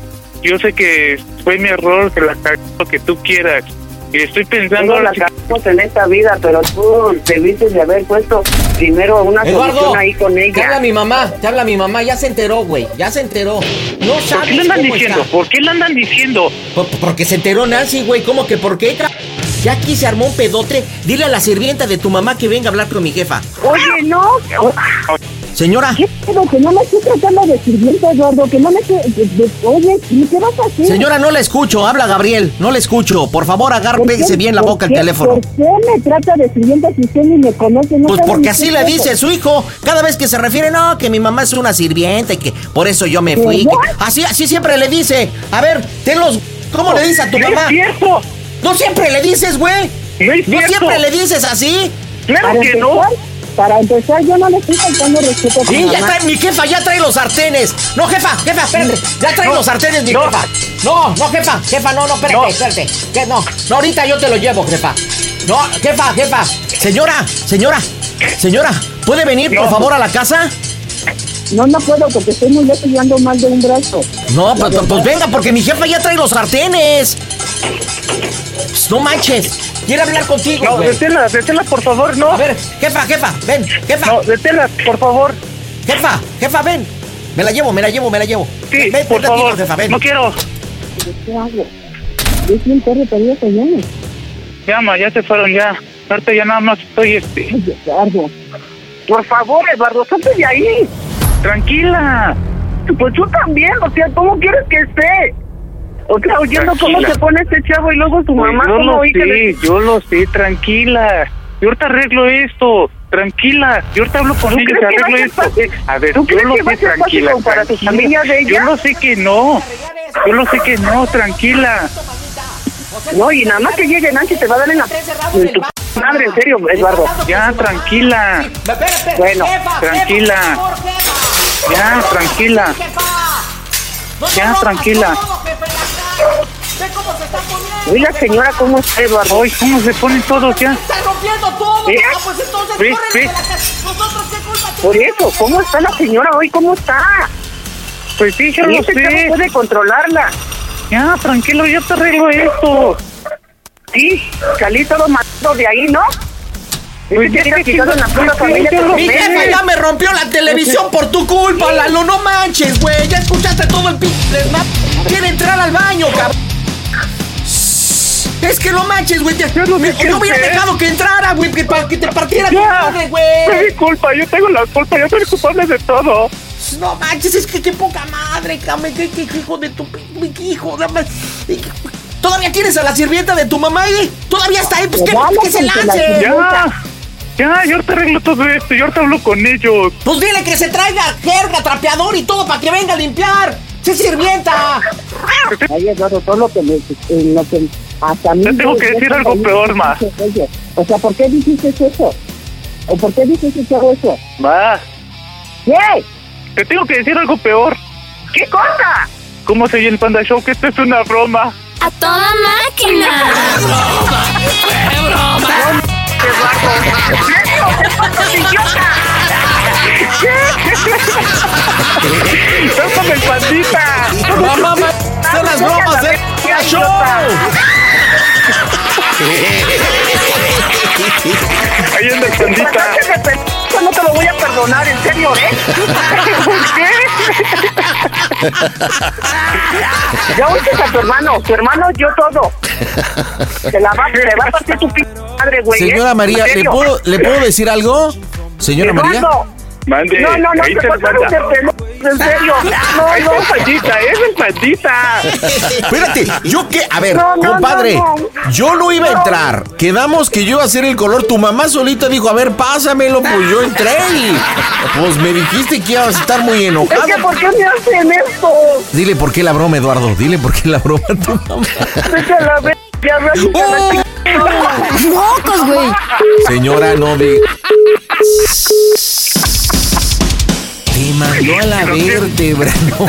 S10: Yo sé que fue mi error, que la cagué, lo que tú quieras. Y estoy pensando
S11: Todos
S10: ahora
S11: la
S10: sí-
S11: cagamos en esta vida, pero tú debiste de haber puesto primero una
S12: Eduardo,
S11: solución ahí con
S12: te habla
S11: ella.
S12: mi mamá, te habla mi mamá, ya se enteró, güey, ya se enteró. No sabes
S10: ¿Por qué le andan
S12: cómo
S10: diciendo?
S12: está.
S10: ¿Por qué le andan diciendo?
S12: porque se enteró Nancy, güey, ¿cómo que por qué? ca- Ya aquí se armó un pedote, dile a la sirvienta de tu mamá que venga a hablar con mi jefa.
S11: Oye, no.
S12: Señora.
S11: ¿Qué pedo? Que no me estoy tratando de sirvienta, Eduardo. Que no me estoy... de- de- oye, ¿y ¿qué vas a hacer?
S12: Señora, no la escucho, habla Gabriel, no la escucho. Por favor,
S11: ¿Por qué-
S12: agárpese bien la
S11: por
S12: boca al
S11: qué-
S12: teléfono.
S11: ¿Por qué me trata de sirvienta si usted ni me conoce? No
S12: Pues
S11: sabe ni
S12: porque así
S11: qué
S12: le
S11: cosa?
S12: dice su hijo. Cada vez que se refiere, no, que mi mamá es una sirvienta y que por eso yo me fui. que- Así, así siempre le dice. A ver, ten los. ¿Cómo le dice a tu
S11: No es
S12: mamá?
S10: cierto!
S12: ¡No siempre le dices, güey!
S10: ¡No
S11: cierto!
S12: siempre le dices así!
S11: para empezar, Para empezar, yo no le estoy faltando respeto a tu
S12: Sí, ya
S11: mamá.
S12: trae, mi jefa ya trae los sartenes. No, jefa, jefa, espérate. Ya trae
S11: No,
S12: los sartenes, mi
S11: no.
S12: jefa. No, no, jefa, jefa, no, no, espérate, espérate. Que no, no, ahorita yo te lo llevo, jefa. No, jefa, jefa. Señora, señora, señora, ¿puede venir, por favor, a la casa?
S11: No, no puedo porque estoy muy lejos y ando mal de un brazo.
S12: No, pues, pues- pues venga, porque mi jefa ya trae los sartenes. Pues, no manches. Quiere hablar contigo.
S10: No,
S12: güey.
S10: deténlas, deténlas, por favor, no.
S12: A ver, jefa, jefa, ven, jefa.
S10: No, deténlas, por favor.
S12: Jefa, jefa, ven. Me la llevo, me la llevo, me la llevo. Sí, ven, ven
S10: por
S12: tantito,
S10: favor,
S12: jefa, ven.
S10: no quiero.
S11: ¿Qué hago? Es un perro perdido que viene.
S10: Llama, ya se fueron, ya. Ahorita ya nada más estoy este.
S11: Eduardo. Por favor, Eduardo, salte de ahí.
S10: Tranquila.
S11: Pues tú también, o sea, ¿cómo quieres que esté? O sea, oyendo cómo
S10: Tranquila.
S11: se pone este chavo y luego su
S10: Pues
S11: mamá,
S10: yo
S11: ¿cómo
S10: lo
S11: oí que le-
S10: sé, yo lo sé, tranquila. Yo ahorita arreglo esto, tranquila. Yo ahorita hablo con
S11: ¿Tú
S10: ellos,
S11: crees que va a
S10: arreglo
S11: ser
S10: esto.
S11: fácil?
S10: A ver,
S11: ¿Tú
S10: yo
S11: crees
S10: lo
S11: que va a
S10: sé,
S11: ser fácil
S10: tranquila.
S11: como para tu
S10: tranquila.
S11: familia de
S10: Yo
S11: ella?
S10: lo sé que no. Yo lo sé que no, tranquila.
S11: No, y nada más que llegue Nancy te va a dar en la... en tu madre, en serio, Eduardo.
S10: Ya, tranquila.
S11: Bueno,
S10: tranquila. Ya, tranquila. Ya, tranquila.
S11: Oiga, señora, ¿cómo está, Eduardo?
S10: Ay, ¿cómo se ponen todos ya?
S12: Está rompiendo todo,
S11: Mira.
S12: papá, pues entonces
S11: Ve,
S12: córrele
S11: ve.
S12: de la casa. Nosotros qué culpa
S11: Por eso, ¿cómo está la señora hoy? ¿Cómo está?
S10: Pues sí, yo
S11: Y
S10: lo
S11: este
S10: sé.
S11: chavo puede controlarla.
S10: Ya, tranquilo, yo te arreglo esto.
S11: Sí, salí todo matado de ahí, ¿no?
S10: Pues
S11: Este
S10: ya
S11: tiene
S10: que
S11: quitado
S10: yo-
S11: en la puta
S10: yo- yo
S11: familia que
S10: lo
S11: se
S12: Mi
S11: mete.
S12: jefa ya me rompió la televisión por tu culpa, Lalo. No manches, güey. Ya escuchaste todo el pinche desmadre. Quiere entrar al baño, cabrón. Es que no manches, güey. te- me- Yo hubiera
S10: pensé.
S12: dejado que entrara, güey, que para que te partiera tu
S10: Ya.
S12: madre,
S13: Eh.
S12: güey.
S10: Es mi culpa, yo tengo la culpa, yo soy el culpable de todo.
S12: No manches, es que qué poca madre, cabrón. Qué, qué- qué hijo de tu pin- hijo. la ma- Todavía tienes a la sirvienta de tu mamá, güey. Todavía está ahí, pues que, que se lance.
S10: Ya, ya, yo te arreglo todo esto, yo te hablo con ellos.
S12: Pues dile que se traiga jerga, trapeador y todo para que venga a limpiar. ¡Sí, sirvienta!
S11: Ay, Eduardo, todo lo que me... en lo que hasta a mí...
S10: Te tengo que decir algo peor, ma.
S11: Oye, O sea, ¿por qué dijiste eso? ¿O por qué dijiste que hago eso?
S10: Va,
S11: ¿Qué?
S10: te tengo que decir algo peor.
S11: ¿Qué cosa?
S10: ¿Cómo se oye el Panda Show? Que esto es una broma.
S13: ¡A toda máquina!
S10: ¡Tócame el pandita!
S12: ¡Mamá, ma- son las bromas, eh! ¡La show!
S10: Ahí anda el pandita.
S11: No te lo voy a perdonar, en serio, ¿eh? ¿Por qué? Ya oíste a tu hermano, tu hermano yo todo. Te la va, te va a partir tu p madre, güey. ¿eh?
S2: Señora María,
S11: En
S2: ¿le
S11: serio.
S2: puedo, ¿le puedo decir algo? Señora María.
S11: Eduardo,
S10: Mande,
S11: No, no, no,
S10: ahí
S11: te
S10: te
S11: pasaron
S10: manda.
S11: de pelo, en serio. No,
S10: Ahí
S11: no.
S10: está el pandita, es el pandita.
S2: [laughs] Espérate, yo que, a ver,
S11: No, no,
S2: compadre,
S11: no,
S2: yo no iba a entrar. Quedamos que yo iba a hacer el color. Tu mamá solita dijo, a ver, pásamelo, pues yo entré y pues me dijiste que ibas a estar muy
S11: Es
S2: enojado.
S11: que, ¿por qué me hacen esto?
S2: Dile por qué la broma, Eduardo. Dile por qué la broma a tu mamá.
S11: Vete a la ver- ya, vete a la p-
S14: ¡Oh! ¡Mocos, güey!
S2: Señora, no de. Te mandó a la vértebra, no.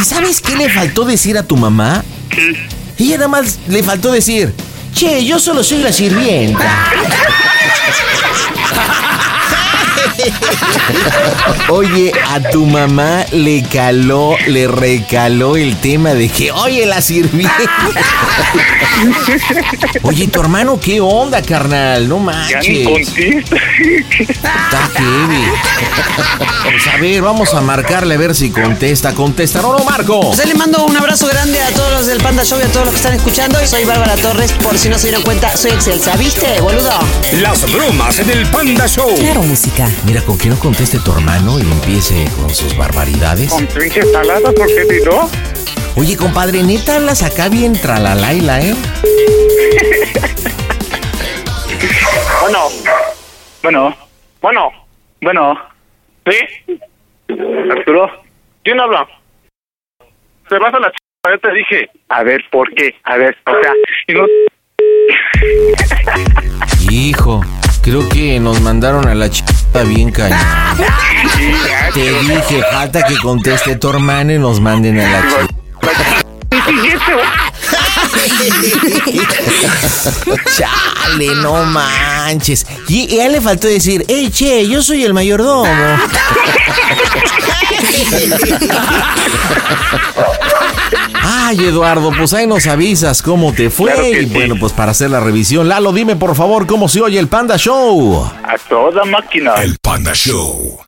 S2: ¿Y sabes qué le faltó decir a tu mamá? Ella nada más le faltó decir, che, yo solo soy
S12: [laughs]
S2: la sirvienta. Oye, a tu mamá le caló, le recaló el tema de que, oye, la sirvienta. [laughs] Oye, tu hermano, ¿qué onda, carnal? No
S10: Ya ni
S2: manches.
S10: contesta.
S2: Está heavy. Pues a ver, vamos a marcarle a ver si contesta. Contesta. No, no, Marco.
S15: Pues ahí le mando un abrazo grande a todos los del Panda Show y a todos los que están escuchando. Soy Bárbara Torres, por si no se dieron cuenta, soy Excelsa. ¿Viste, boludo?
S6: Las bromas en el Panda Show.
S2: música. Mira, con que no conteste tu hermano y empiece con sus barbaridades.
S10: Con pinches saladas, porque si no.
S2: Oye, compadre, neta hablas acá bien tralalaila, ¿eh?
S10: Bueno, bueno, bueno, bueno. ¿Sí? Arturo, ¿quién habla? Se vas a la ch... Yo te dije, a ver, ¿por qué? A ver, o sea, y no...
S2: Hijo, creo que nos mandaron a la chica bien caña. Te dije, falta que conteste tu hermano y nos manden a la chica. Chale, no manches. Y y a él le faltó decir, hey, che, yo soy el mayordomo.
S12: [laughs]
S14: [laughs]
S2: Ay, Eduardo, pues ahí nos avisas cómo te fue.
S10: Claro que
S2: y bueno, pues para hacer la revisión, Lalo, dime por favor cómo se oye el Panda Show.
S10: A toda máquina.
S16: Panda Show.